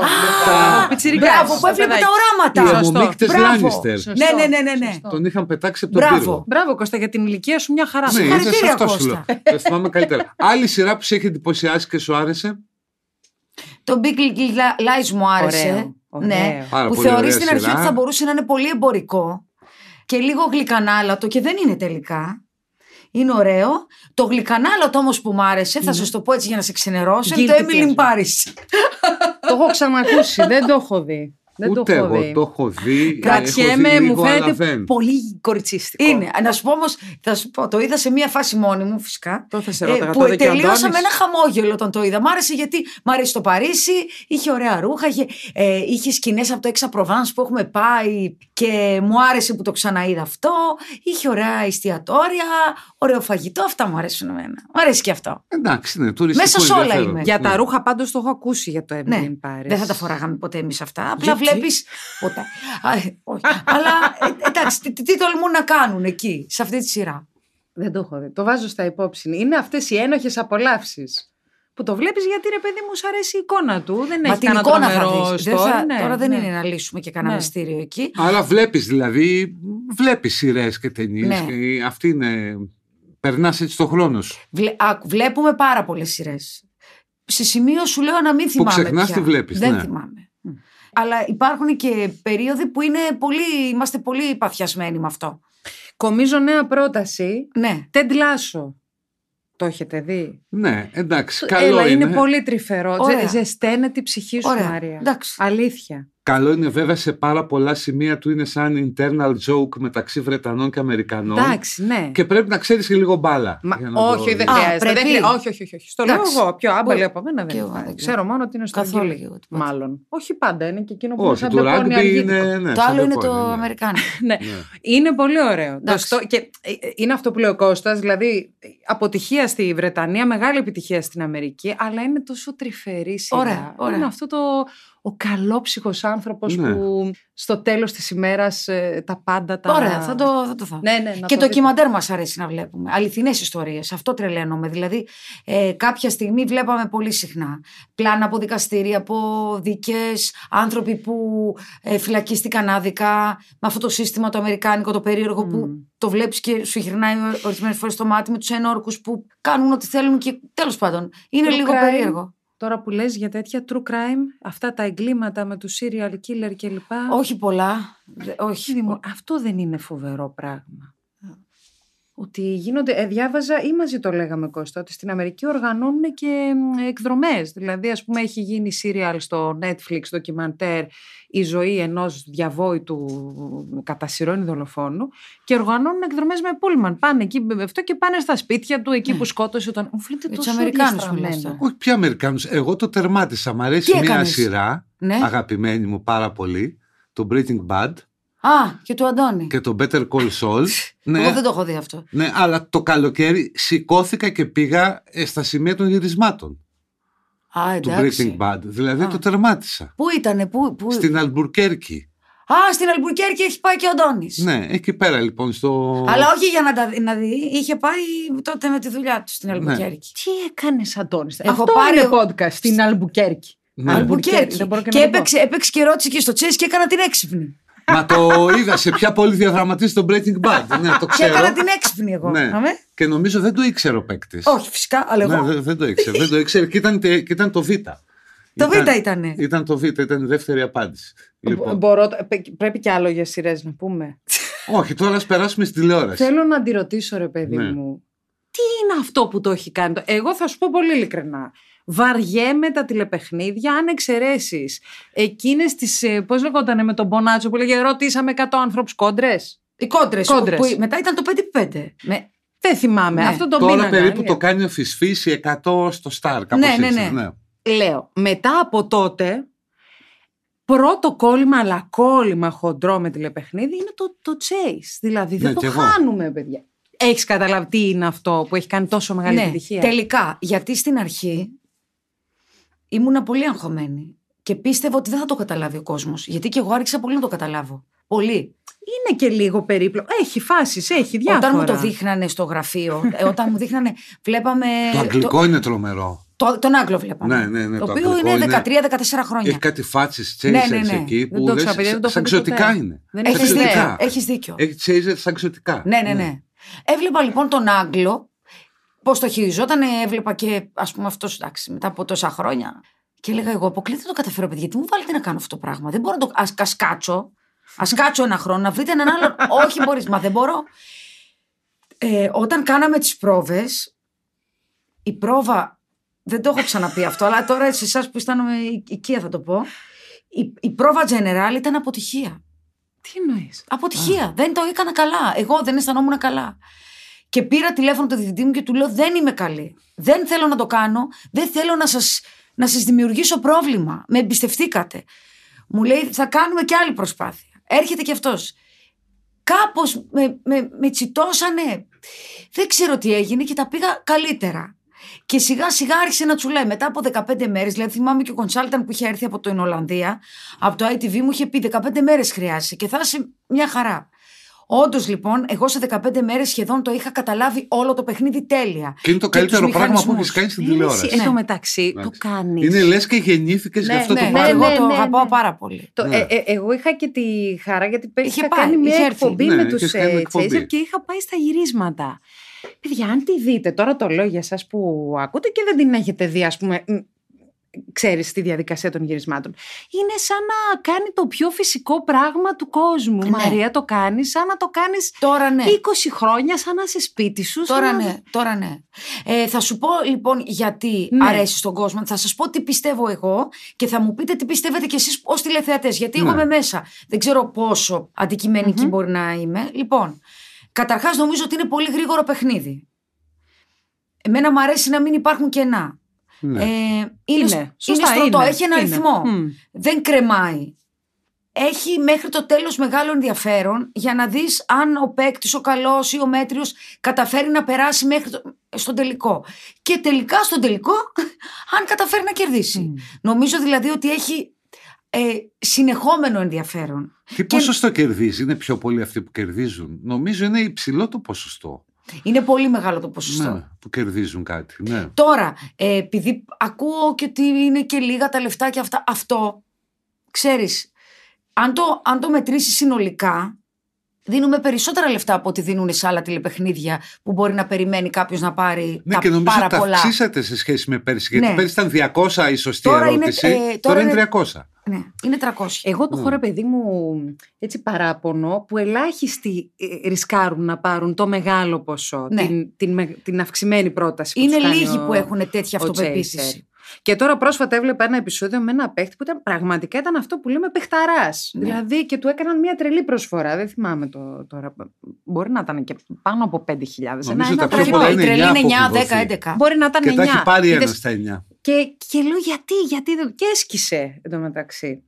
Speaker 4: Τα- Πιτσιρικάς.
Speaker 5: Μπράβο, που έβλεπε τα
Speaker 4: παιδάκι.
Speaker 3: Οι
Speaker 5: οράματα.
Speaker 4: Σωστό.
Speaker 3: αιμομίκτε
Speaker 5: Μπράβο.
Speaker 3: Λάνιστερ.
Speaker 4: Σωστό.
Speaker 5: Ναι, ναι, ναι, ναι. ναι.
Speaker 4: Σωστό.
Speaker 3: Τον είχαν πετάξει από τον
Speaker 5: Μπράβο.
Speaker 3: πύργο.
Speaker 4: Μπράβο Κώστα, για την ηλικία σου μια χαρά.
Speaker 3: Ναι,
Speaker 4: Συγχαρητήρια.
Speaker 3: είδες,
Speaker 5: Συγχαρητήρια,
Speaker 3: αυτό σου λέω.
Speaker 5: Κώστα.
Speaker 3: Το θυμάμαι καλύτερα. Άλλη σειρά που σε έχει εντυπωσιάσει και σου άρεσε.
Speaker 5: Το Big Little Lies μου άρεσε.
Speaker 4: Ωραίο, ωραίο.
Speaker 5: Ναι,
Speaker 3: Πάρα
Speaker 5: που
Speaker 3: πολύ
Speaker 5: θεωρεί
Speaker 3: ωραία
Speaker 5: στην αρχή
Speaker 3: σειρά.
Speaker 5: ότι θα μπορούσε να είναι πολύ εμπορικό και λίγο γλυκανάλατο και δεν είναι τελικά. Είναι ωραίο. Το γλυκανάλατο όμως που μ' άρεσε, θα σας το πω έτσι για να σε ξενερώσω, είναι το
Speaker 4: Guilty
Speaker 5: Emily in
Speaker 4: pleasure.
Speaker 5: Paris.
Speaker 4: Το έχω ξανακούσει, δεν το έχω δει. Δεν
Speaker 3: Ούτε
Speaker 4: το έχω
Speaker 3: εγώ
Speaker 4: δει.
Speaker 3: το έχω δει. έχω
Speaker 4: Κρατιέμαι,
Speaker 3: δει
Speaker 4: μου
Speaker 3: λίγο, αλλά
Speaker 4: φαίνεται
Speaker 3: δεν.
Speaker 4: πολύ κοριτσίστικο.
Speaker 5: Είναι. Να σου πω όμως, θα σου πω, το είδα σε μία φάση μόνη μου φυσικά. Ε,
Speaker 4: Το θα σε ρώταγα, το
Speaker 5: που
Speaker 4: είδε και ο
Speaker 5: τελείωσα
Speaker 4: Αντώνης.
Speaker 5: με ένα χαμόγελο όταν το είδα. Μ' άρεσε γιατί μ' αρέσει το Παρίσι, είχε ωραία ρούχα, είχε, ε, είχε σκηνές από το Έξα Προβάνς που έχουμε πάει και μου άρεσε που το ξαναείδα αυτό. Είχε ωραία εστιατόρια, ωραίο φαγητό. Αυτά μου αρέσουν εμένα. Μ' αρέσει και αυτό.
Speaker 3: Εντάξει, ναι, τουριστικό
Speaker 5: Μέσα σε όλα
Speaker 3: ενδιαφέρον.
Speaker 5: είμαι.
Speaker 4: Για τα
Speaker 3: Ναι.
Speaker 4: ρούχα πάντως το έχω ακούσει για το Emily
Speaker 5: Ναι,
Speaker 4: in Paris.
Speaker 5: δεν θα τα φοράγαμε ποτέ εμείς αυτά. Απλά
Speaker 4: Γιατί?
Speaker 5: βλέπεις. Ποτέ. Α, ε, όχι. Αλλά ε, εντάξει, τι, τι, τι τολμούν να κάνουν εκεί, σε αυτή τη σειρά.
Speaker 4: Δεν το έχω δει. Το βάζω στα υπόψη. Είναι αυτές οι ένοχες απολαύσεις. Που το βλέπεις γιατί ρε παιδί μου, σου αρέσει η εικόνα του. Δεν Ναι,
Speaker 5: Μα
Speaker 4: έχει
Speaker 5: την
Speaker 4: κανένα
Speaker 5: εικόνα
Speaker 4: τρομερό
Speaker 5: θα δεις. Δεν
Speaker 4: story.
Speaker 5: θα-
Speaker 4: Ναι,
Speaker 5: τώρα δεν
Speaker 4: ναι.
Speaker 5: είναι να λύσουμε και κανένα
Speaker 4: Ναι.
Speaker 5: μυστήριο εκεί.
Speaker 3: Άρα βλέπεις δηλαδή, βλέπεις σειρές και ταινίες.
Speaker 5: Ναι.
Speaker 3: Και αυτή είναι. Περνάς έτσι το χρόνο σου.
Speaker 5: Βλε- άκου, βλέπουμε πάρα πολλές σειρές. σε σημείο σου λέω να μην
Speaker 3: Που
Speaker 5: θυμάμαι.
Speaker 3: ξεχνάς
Speaker 5: πια.
Speaker 3: τη βλέπεις.
Speaker 5: Δεν
Speaker 3: Ναι.
Speaker 5: θυμάμαι. Αλλά υπάρχουν και περίοδοι που είναι πολύ, είμαστε πολύ παθιασμένοι με αυτό.
Speaker 4: Κομίζω νέα πρόταση.
Speaker 5: Ναι.
Speaker 4: Τεντ Λάσο. Το έχετε δει.
Speaker 3: ναι, εντάξει, καλό
Speaker 4: Έλα,
Speaker 3: είναι.
Speaker 4: είναι. πολύ τρυφερό. Ζε-
Speaker 5: Ωραία.
Speaker 4: Ζεσταίνεται η ψυχή σου,
Speaker 5: Ωραία.
Speaker 4: Μαρία.
Speaker 5: Εντάξει.
Speaker 4: Αλήθεια.
Speaker 3: Καλό είναι βέβαια σε πάρα πολλά σημεία του είναι σαν internal joke μεταξύ Βρετανών και Αμερικανών.
Speaker 4: Εντάξει, ναι.
Speaker 3: Και πρέπει να ξέρεις και λίγο μπάλα.
Speaker 4: Μα,
Speaker 3: για να το
Speaker 4: όχι, δεν
Speaker 5: Α,
Speaker 4: χρειάζεται. δεν
Speaker 5: πρέπει.
Speaker 4: χρειάζεται. Όχι, όχι, όχι, όχι. Στο λέω
Speaker 5: Εντάξει.
Speaker 4: εγώ. Πιο άμπαλη
Speaker 5: Μπορεί.
Speaker 4: από μένα
Speaker 5: Και
Speaker 4: δεν
Speaker 5: εγώ
Speaker 4: είναι.
Speaker 5: δεν
Speaker 4: Ξέρω μόνο ότι είναι στο
Speaker 5: Καθόλου
Speaker 4: Αγγλί.
Speaker 5: και εγώ τίποτα.
Speaker 4: Μάλλον. Όχι πάντα. Είναι και εκείνο που είναι
Speaker 3: Όχι,
Speaker 4: σαν
Speaker 3: του
Speaker 4: μπεκόνι
Speaker 3: ράγκμπι
Speaker 4: αργύδικο.
Speaker 3: είναι. Ναι,
Speaker 5: το
Speaker 3: σαν
Speaker 5: άλλο είναι το
Speaker 3: μπεκόνι, ναι.
Speaker 5: Αμερικάνικο.
Speaker 4: Ναι.
Speaker 3: Ναι.
Speaker 4: Είναι πολύ ωραίο. Το
Speaker 5: Εντάξει.
Speaker 4: στο... Και ε, ε, είναι αυτό που λέει ο Κώστας, δηλαδή ε, αποτυχία στη Βρετανία, μεγάλη επιτυχία στην Αμερική, αλλά είναι τόσο τρυφερή σειρά.
Speaker 5: Ωραία, ωραία.
Speaker 4: Είναι αυτό το ο καλόψυχος άνθρωπος
Speaker 3: Ναι.
Speaker 4: που στο τέλος της ημέρας ε, τα πάντα τα...
Speaker 5: Ωραία, θα το, θα το φάω.
Speaker 4: Ναι, ναι, να
Speaker 5: και
Speaker 4: το
Speaker 5: το
Speaker 4: δείτε.
Speaker 5: ντοκιμαντέρ μας αρέσει να βλέπουμε. Αληθινές ιστορίες. Αυτό τρελαίνομαι. Δηλαδή, ε, κάποια στιγμή βλέπαμε πολύ συχνά πλάνα από δικαστήρια, από δίκε, άνθρωποι που ε, φυλακίστηκαν άδικα με αυτό το σύστημα το αμερικάνικο, το περίεργο που το βλέπεις και σου γυρνάει ορισμένες φορές το μάτι με τους ενόρκους που κάνουν ό,τι θέλουν και τέλος πάντων. Είναι
Speaker 4: True
Speaker 5: λίγο
Speaker 4: crime.
Speaker 5: περίεργο.
Speaker 4: Τώρα που λες για τέτοια true crime, αυτά τα εγκλήματα με τους serial killer κλπ.
Speaker 5: Όχι πολλά. Δε- όχι.
Speaker 4: Παιδί μου, αυτό δεν είναι φοβερό πράγμα. Ότι γίνονται, ε, διάβαζα ή μαζί το λέγαμε Κώστα, ότι στην Αμερική οργανώνουν και μ, εκδρομές. Δηλαδή, ας πούμε, έχει γίνει serial στο Netflix, ντοκιμαντέρ, η ζωή ενός διαβόητου κατά σειρών δολοφόνου και οργανώνουν εκδρομές με πούλμαν. Πάνε εκεί, με αυτό και πάνε στα σπίτια του, εκεί
Speaker 5: Ναι.
Speaker 4: που σκότωσε τον... Μου φαίνεται
Speaker 5: Για τους
Speaker 4: τόσο
Speaker 5: Αμερικάνους
Speaker 4: διαστραμμένο.
Speaker 5: μιλάς τώρα.
Speaker 3: Όχι, πια Αμερικάνους. Εγώ το τερμάτισα. Μ' αρέσει
Speaker 5: Τι
Speaker 3: μια
Speaker 5: έκανες?
Speaker 3: σειρά
Speaker 5: Ναι.
Speaker 3: αγαπημένη μου πάρα πολύ. Το Breaking Bad
Speaker 5: Α, και του Αντώνη.
Speaker 3: και το Better Call Saul.
Speaker 5: Εγώ
Speaker 3: ναι,
Speaker 5: δεν το έχω δει αυτό.
Speaker 3: ναι, αλλά το καλοκαίρι σηκώθηκα και πήγα ε, στα σημεία των γυρισμάτων
Speaker 5: Α,
Speaker 3: του
Speaker 5: εντάξει.
Speaker 3: Breaking Bad. Δηλαδή
Speaker 5: Α.
Speaker 3: το τερμάτισα.
Speaker 5: Πού ήτανε, πού. πού...
Speaker 3: Στην Αλμπουρκέρκη.
Speaker 5: Α, στην Αλμπουρκέρκη έχει πάει και ο Αντώνης.
Speaker 3: Ναι, εκεί πέρα λοιπόν στο.
Speaker 5: Αλλά όχι για να, τα, να δει, είχε πάει τότε με τη δουλειά του
Speaker 3: Ναι.
Speaker 5: στην Αλμπουρκέρκη.
Speaker 4: Τι έκανες Αντώνης,
Speaker 5: Έχω
Speaker 4: αυτό
Speaker 5: πάρει
Speaker 4: είναι
Speaker 5: εγώ-
Speaker 4: podcast στην Αλμπουκέρκη.
Speaker 3: Ναι.
Speaker 4: Αλμπουρκέρκη,
Speaker 5: Αλμπουρκέρκη.
Speaker 4: δεν μπορώ και
Speaker 5: Και,
Speaker 4: να το πω.
Speaker 5: έπαιξε, έπαιξε και ρώτησε και στο Τσέσ και έκανα την έξυπνη.
Speaker 3: Μα το είδα σε ποια πόλη διαδραματίζει το Breaking Bad. Ναι, το
Speaker 5: Και
Speaker 3: ξέρω.
Speaker 5: έκανα την έξυπνη εγώ.
Speaker 3: Ναι.
Speaker 5: Αμέ.
Speaker 3: Και νομίζω δεν το ήξερε ο παίκτης.
Speaker 5: Όχι, φυσικά, αλλά εγώ.
Speaker 3: Ναι, δεν, δεν το ήξερε. δεν το ήξερε και ήταν, και ήταν το Β.
Speaker 5: Το Β ήτανε.
Speaker 3: Ήταν το Β, ήταν η δεύτερη απάντηση. Λοιπόν,
Speaker 4: Μπορώ, πε- πρέπει και άλλο για σειρές να πούμε.
Speaker 3: όχι, τώρα ας περάσουμε στην τηλεόραση.
Speaker 4: Θέλω να τη ρωτήσω, ρε παιδί
Speaker 3: Ναι.
Speaker 4: μου, τι είναι αυτό που το έχει κάνει. το- Εγώ θα σου πω πολύ ειλικρινά. Βαριέμαι τα τηλεπαιχνίδια, αν εξαιρέσεις εκείνες τις. Πώ λεγότανε ε, με τον Μπονάτσο που λέγε Ρωτήσαμε 100 άνθρωπους κόντρες.
Speaker 5: Οι κόντρες.
Speaker 4: Κόντρες.
Speaker 5: Μετά ήταν το 5-5. Με...
Speaker 4: Δεν θυμάμαι.
Speaker 5: Ναι.
Speaker 4: Αυτό το
Speaker 3: τώρα
Speaker 4: μήνα
Speaker 3: περίπου
Speaker 4: κάνει.
Speaker 3: το κάνει αφισφύση 100 στο Star, κάπως
Speaker 5: Ναι, ναι,
Speaker 3: έτσι.
Speaker 5: ναι.
Speaker 4: Λέω, μετά από τότε, πρώτο κόλλημα, αλλά κόλλημα χοντρό με τηλεπαιχνίδι είναι το, το chase. Δηλαδή, δεν
Speaker 3: Ναι,
Speaker 4: το
Speaker 3: κι εγώ.
Speaker 4: χάνουμε, παιδιά. Έχεις καταλάβει τι είναι αυτό που έχει κάνει τόσο μεγάλη
Speaker 5: ναι,
Speaker 4: επιτυχία.
Speaker 5: τελικά. Γιατί στην αρχή ήμουνα πολύ αγχωμένη. Και πίστευα ότι δεν θα το καταλάβει ο κόσμος. Γιατί και εγώ άρχισα πολύ να το καταλάβω. Πολύ.
Speaker 4: Είναι και λίγο περίπλοκο. Έχει φάσεις, έχει διάφορα.
Speaker 5: Όταν μου το δείχνανε στο γραφείο, ε, όταν μου δείχνανε, βλέπαμε.
Speaker 3: Το αγγλικό είναι τρομερό.
Speaker 5: το- τον Άγγλο βλέπαμε.
Speaker 3: Ναι, ναι, ναι,
Speaker 5: το,
Speaker 3: το
Speaker 5: οποίο
Speaker 3: αγγλικό
Speaker 5: είναι
Speaker 3: είναι- Ε,
Speaker 5: 13-14 χρόνια.
Speaker 3: Έχει κάτι φάτσες chasers
Speaker 5: Ναι, ναι, ναι.
Speaker 3: εκεί
Speaker 4: Δεν
Speaker 3: που
Speaker 4: το
Speaker 3: λες,
Speaker 4: ξαναπέδει, δεν το
Speaker 3: σαν
Speaker 4: έχω δει
Speaker 3: ξωτικά
Speaker 4: ποτέ.
Speaker 3: είναι.
Speaker 4: Δεν
Speaker 3: Σαν
Speaker 4: Έχεις
Speaker 5: Έχει
Speaker 4: δίκιο,
Speaker 3: ξωτικά.
Speaker 5: δίκιο. Έχεις δίκιο.
Speaker 3: Έχεις chasers σαν ξωτικά.
Speaker 5: Ναι, ναι, ναι. Έβλεπα λοιπόν τον Άγγλο πώς το χειριζόταν, ε, έβλεπα και ας πούμε αυτός εντάξει, μετά από τόσα χρόνια. Και έλεγα εγώ, αποκλείται να το καταφέρω, παιδιά, τι μου βάλετε να κάνω αυτό το πράγμα. Δεν μπορώ να το. Ας κάτσω. Ας κάτσω ένα χρόνο, να βρείτε έναν άλλον. Όχι, μπορείς, μα δεν μπορώ. Ε, όταν κάναμε τις πρόβες, η πρόβα. Δεν το έχω ξαναπεί αυτό, αλλά τώρα σε εσάς που ήσταν οικία θα το πω. Η, η πρόβα general ήταν αποτυχία.
Speaker 4: Τι εννοείς.
Speaker 5: Αποτυχία. Δεν το έκανα καλά. Εγώ δεν αισθανόμουν καλά. Και πήρα τηλέφωνο το διευθυντή μου και του λέω: Δεν είμαι καλή. Δεν θέλω να το κάνω. Δεν θέλω να σας, να σας δημιουργήσω πρόβλημα. Με εμπιστευτήκατε. Μου λέει: Θα κάνουμε και άλλη προσπάθεια. Έρχεται και αυτός. Κάπως με, με, με τσιτώσανε. Δεν ξέρω τι έγινε και τα πήγα καλύτερα. Και σιγά σιγά άρχισε να τσουλάει. Μετά από 15 μέρες, δηλαδή θυμάμαι και ο κονσάλταν που είχε έρθει από την Ολλανδία, από το ITV μου είχε πει 15 μέρες χρειάζεσαι και θα είσαι μια χαρά. Όντως λοιπόν, εγώ σε 15 μέρες σχεδόν το είχα καταλάβει όλο το παιχνίδι τέλεια.
Speaker 3: Και είναι το
Speaker 5: Και
Speaker 3: καλύτερο
Speaker 5: τους
Speaker 3: πράγμα που
Speaker 5: μηχανισμούς.
Speaker 3: έχεις κάνει στην
Speaker 4: Εν
Speaker 3: τηλεόραση.
Speaker 5: εσύ-
Speaker 4: τω μεταξύ, το
Speaker 3: Εντάξει.
Speaker 4: κάνεις.
Speaker 3: Είναι λες και γεννήθηκες
Speaker 4: Ναι,
Speaker 3: για αυτό
Speaker 5: ναι,
Speaker 3: το
Speaker 5: ναι,
Speaker 3: πράγμα.
Speaker 5: εγώ
Speaker 4: ναι,
Speaker 5: το
Speaker 4: ναι,
Speaker 5: αγαπάω
Speaker 4: ναι.
Speaker 5: πάρα πολύ.
Speaker 4: Το,
Speaker 3: Ναι.
Speaker 4: ε, ε, εγώ είχα και τη χαρά γιατί πέρυσι
Speaker 5: Είχε
Speaker 4: είχα
Speaker 5: πάει,
Speaker 4: κάνει μια
Speaker 5: είχε έρθει.
Speaker 4: εκπομπή
Speaker 3: Ναι,
Speaker 4: με
Speaker 3: είχες
Speaker 4: τους
Speaker 3: κάνει
Speaker 4: ε,
Speaker 3: εκπομπή.
Speaker 4: Chaser και είχα πάει στα γυρίσματα. Παιδιά, αν τη δείτε, τώρα το λέω για εσάς που ακούτε και δεν την έχετε δει ας πούμε μ, ξέρεις τη διαδικασία των γυρισμάτων. Είναι σαν να κάνει το πιο φυσικό πράγμα του κόσμου.
Speaker 5: Ναι.
Speaker 4: Μαρία, το κάνεις σαν να το κάνεις
Speaker 5: Τώρα ναι.
Speaker 4: 20 χρόνια, σαν να είσαι σπίτι σου. σαν
Speaker 5: Τώρα
Speaker 4: να-
Speaker 5: ναι, τώρα ναι. Ε, θα σου πω λοιπόν γιατί
Speaker 4: Ναι.
Speaker 5: αρέσει στον κόσμο. Θα σας πω τι πιστεύω εγώ και θα μου πείτε τι πιστεύετε κι εσείς ως τηλεθεατές. Γιατί εγώ
Speaker 3: Ναι.
Speaker 5: είμαι μέσα. Δεν ξέρω πόσο αντικειμενική μπορεί να είμαι. Λοιπόν, καταρχάς νομίζω ότι είναι πολύ γρήγορο παιχνίδι. Εμένα μου αρέσει να μην υπάρχουν κενά.
Speaker 3: Ναι.
Speaker 5: Ε, είναι,
Speaker 4: Είναι.
Speaker 5: είναι
Speaker 4: Σωστά,
Speaker 5: στρωτό,
Speaker 4: είναι.
Speaker 5: έχει ένα
Speaker 4: Είναι.
Speaker 5: ρυθμό.
Speaker 4: Μμ.
Speaker 5: Δεν κρεμάει. Έχει μέχρι το τέλος μεγάλο ενδιαφέρον για να δεις αν ο παίκτης, ο καλός ή ο μέτριος καταφέρει να περάσει μέχρι το... στον τελικό. Και τελικά στον τελικό, αν καταφέρει να κερδίσει. Νομίζω δηλαδή ότι έχει ε, συνεχόμενο ενδιαφέρον.
Speaker 3: Τι ποσοστό κερδίζει, είναι πιο πολλοί αυτοί που κερδίζουν. Νομίζω είναι υψηλό το ποσοστό
Speaker 5: Είναι πολύ μεγάλο το ποσοστό.
Speaker 3: ναι, που κερδίζουν κάτι. Ναι.
Speaker 5: Τώρα, ε, επειδή ακούω και ότι είναι και λίγα τα λεφτά και αυτά, αυτό, ξέρεις, αν το, αν το μετρήσεις συνολικά, δίνουμε περισσότερα λεφτά από ό,τι δίνουν σε άλλα τηλεπαιχνίδια που μπορεί να περιμένει κάποιος να πάρει
Speaker 3: Ναι,
Speaker 5: τα
Speaker 3: και νομίζω
Speaker 5: πάρα
Speaker 3: ότι τα
Speaker 5: πολλά.
Speaker 3: αυξήσατε σε σχέση με πέρσι. Γιατί
Speaker 5: Ναι.
Speaker 3: πέρσι ήταν 200 η σωστή
Speaker 5: Τώρα είναι,
Speaker 3: ερώτηση,
Speaker 5: ε,
Speaker 3: τώρα,
Speaker 5: τώρα
Speaker 3: είναι
Speaker 5: είναι-
Speaker 3: 300.
Speaker 5: Ναι, είναι 300.
Speaker 4: Εγώ το
Speaker 3: Ναι.
Speaker 4: χώρο παιδί μου έτσι παράπονο που ελάχιστοι ε, ρισκάρουν να πάρουν το μεγάλο ποσό,
Speaker 5: Ναι.
Speaker 4: την, την, με- την αυξημένη πρόταση που
Speaker 5: είναι
Speaker 4: τους κάνει
Speaker 5: λίγοι
Speaker 4: ο-
Speaker 5: που έχουν τέτοια
Speaker 4: ο
Speaker 5: αυτοπεποίθηση.
Speaker 4: chaser. Και τώρα πρόσφατα έβλεπα ένα επεισόδιο με ένα παίχτη που ήταν πραγματικά ήταν αυτό που λέμε παιχταράς.
Speaker 5: Ναι.
Speaker 4: Δηλαδή και του έκαναν μια τρελή προσφορά. Δεν θυμάμαι το, τώρα. Μπορεί να ήταν και πάνω από 5.000. Ένα-
Speaker 3: Νομίζω
Speaker 4: ένα
Speaker 3: τα πιο
Speaker 4: τραγικό.
Speaker 3: πολλά
Speaker 5: Η
Speaker 3: είναι
Speaker 5: τρελή
Speaker 3: 9
Speaker 5: είναι 9,
Speaker 3: που έχουν
Speaker 5: 10,
Speaker 3: δοθεί.
Speaker 5: 11.
Speaker 4: Μπορεί να ήταν
Speaker 3: Και τα
Speaker 4: 9.
Speaker 3: έχει πάρει
Speaker 4: Είδες-
Speaker 3: ένας στα 9.
Speaker 4: και, και λέω γιατί, γιατί δεν... Και έσκησε εντωμεταξύ.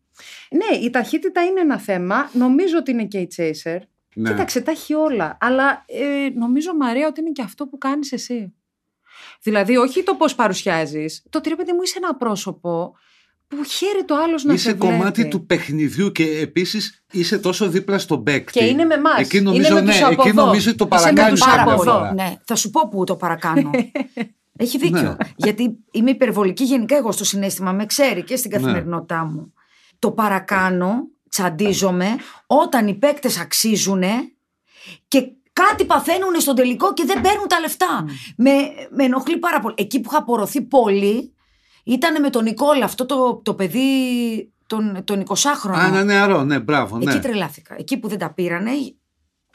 Speaker 4: Ναι, η ταχύτητα είναι ένα θέμα. Νομίζω ότι είναι και η chaser.
Speaker 3: Ναι.
Speaker 4: Κοίταξε, τα έχει όλα. Αλλά ε, νομίζω, Μαρία, ότι είναι και αυτό που κάνεις εσύ. Δηλαδή, όχι το πώς παρουσιάζεις. Το ότι, ρε παιδί μου είσαι ένα πρόσωπο που χαίρεται το άλλος να
Speaker 3: Είσαι
Speaker 4: σε βλέπει.
Speaker 3: κομμάτι του παιχνιδιού και επίσης είσαι τόσο δίπλα στον παίκτη.
Speaker 4: Και είναι με εμάς.
Speaker 3: Εκεί
Speaker 4: Είναι
Speaker 3: νομίζω,
Speaker 4: με
Speaker 3: ναι,
Speaker 4: τους από
Speaker 3: εκεί
Speaker 4: εδώ.
Speaker 3: νομίζω ότι το
Speaker 4: Είσαι με
Speaker 3: παρακάνει
Speaker 4: τους
Speaker 5: Πάρα
Speaker 3: κάποια
Speaker 4: από εδώ.
Speaker 3: φορά.
Speaker 5: πολύ. Ναι. Θα σου πω που το παρακάνω. Έχει δίκιο.
Speaker 3: Ναι.
Speaker 5: Γιατί είμαι υπερβολική γενικά εγώ στο συνέστημα, με ξέρει και στην
Speaker 3: Ναι.
Speaker 5: καθημερινότητά μου. Το παρακάνω, τσαντίζομαι, όταν οι παίκτες αξίζουν και κάτι παθαίνουν στον τελικό και δεν παίρνουν τα λεφτά.
Speaker 3: Ναι.
Speaker 5: Με, με ενοχλεί πάρα πολύ. Εκεί που είχα απορροθεί πολύ ήταν με τον Νικόλα, αυτό το, το παιδί, τον, τον 20χρονο.
Speaker 3: Α, ένα νεαρό, ναι, μπράβο.
Speaker 5: Εκεί
Speaker 3: Ναι.
Speaker 5: τρελάθηκα. Εκεί που δεν τα πήρανε,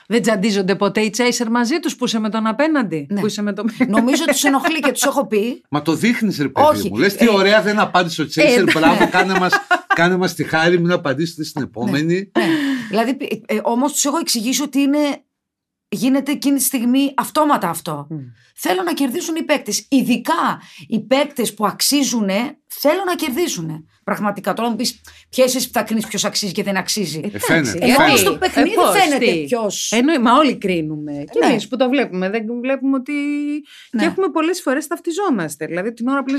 Speaker 4: Δεν τσαντίζονται ποτέ οι chaser μαζί τους που είσαι με τον απέναντι.
Speaker 5: Ναι.
Speaker 4: Που είσαι με τον...
Speaker 5: νομίζω τους ενοχλεί και τους έχω πει.
Speaker 3: Μα το δείχνεις, ρε παιδί
Speaker 5: Όχι.
Speaker 3: μου. Λες τι
Speaker 5: Ε,
Speaker 3: ωραία δεν απάντησε ο
Speaker 4: ε,
Speaker 3: Τσέσσερ.
Speaker 4: ναι.
Speaker 3: Μπράβο, κάνε μας κάνε μας τη χάρη, μην απαντήσετε στην επόμενη.
Speaker 5: Ναι. δηλαδή, ε, ε, όμως τους έχω εξηγήσει ότι είναι. Γίνεται εκείνη τη στιγμή αυτόματα αυτό. Θέλω να κερδίσουν οι παίκτες. Ειδικά οι παίκτες που αξίζουν, θέλω να κερδίσουν. Πραγματικά. Τώρα μου πεις, ποια εσύ που θα κρίνεις ποιος αξίζει και δεν αξίζει.
Speaker 3: Ε, φαίνεται.
Speaker 5: Ενώ
Speaker 3: φαίνεται.
Speaker 5: όμως στο παιχνίδι
Speaker 4: Ε, πώς,
Speaker 5: φαίνεται
Speaker 4: τι. Ε,
Speaker 5: ποιος.
Speaker 4: Εννοεί, μα όλοι κρίνουμε. Και
Speaker 5: Ναι.
Speaker 4: εμείς που το βλέπουμε. Δεν βλέπουμε ότι.
Speaker 5: Ναι.
Speaker 4: Και έχουμε πολλές φορές ταυτιζόμαστε. Δηλαδή την ώρα που λες.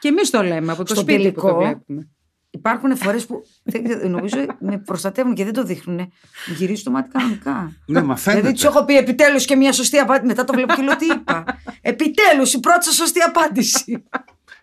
Speaker 4: Και εμεί το λέμε από το
Speaker 5: Στο
Speaker 4: σπίτι που το
Speaker 5: τελικό,
Speaker 4: βλέπουμε.
Speaker 5: Υπάρχουν φορές που. δεν ξέρω, νομίζω με προστατεύουν και δεν το δείχνουν. Μου Γυρίζει το μάτι κανονικά.
Speaker 3: Ναι, μα
Speaker 5: Δηλαδή τους
Speaker 3: φαίνεται.
Speaker 5: έχω πει επιτέλους και μια σωστή απάντηση. Μετά το βλέπω και λέω τι είπα. Επιτέλους η πρώτη σας σωστή απάντηση.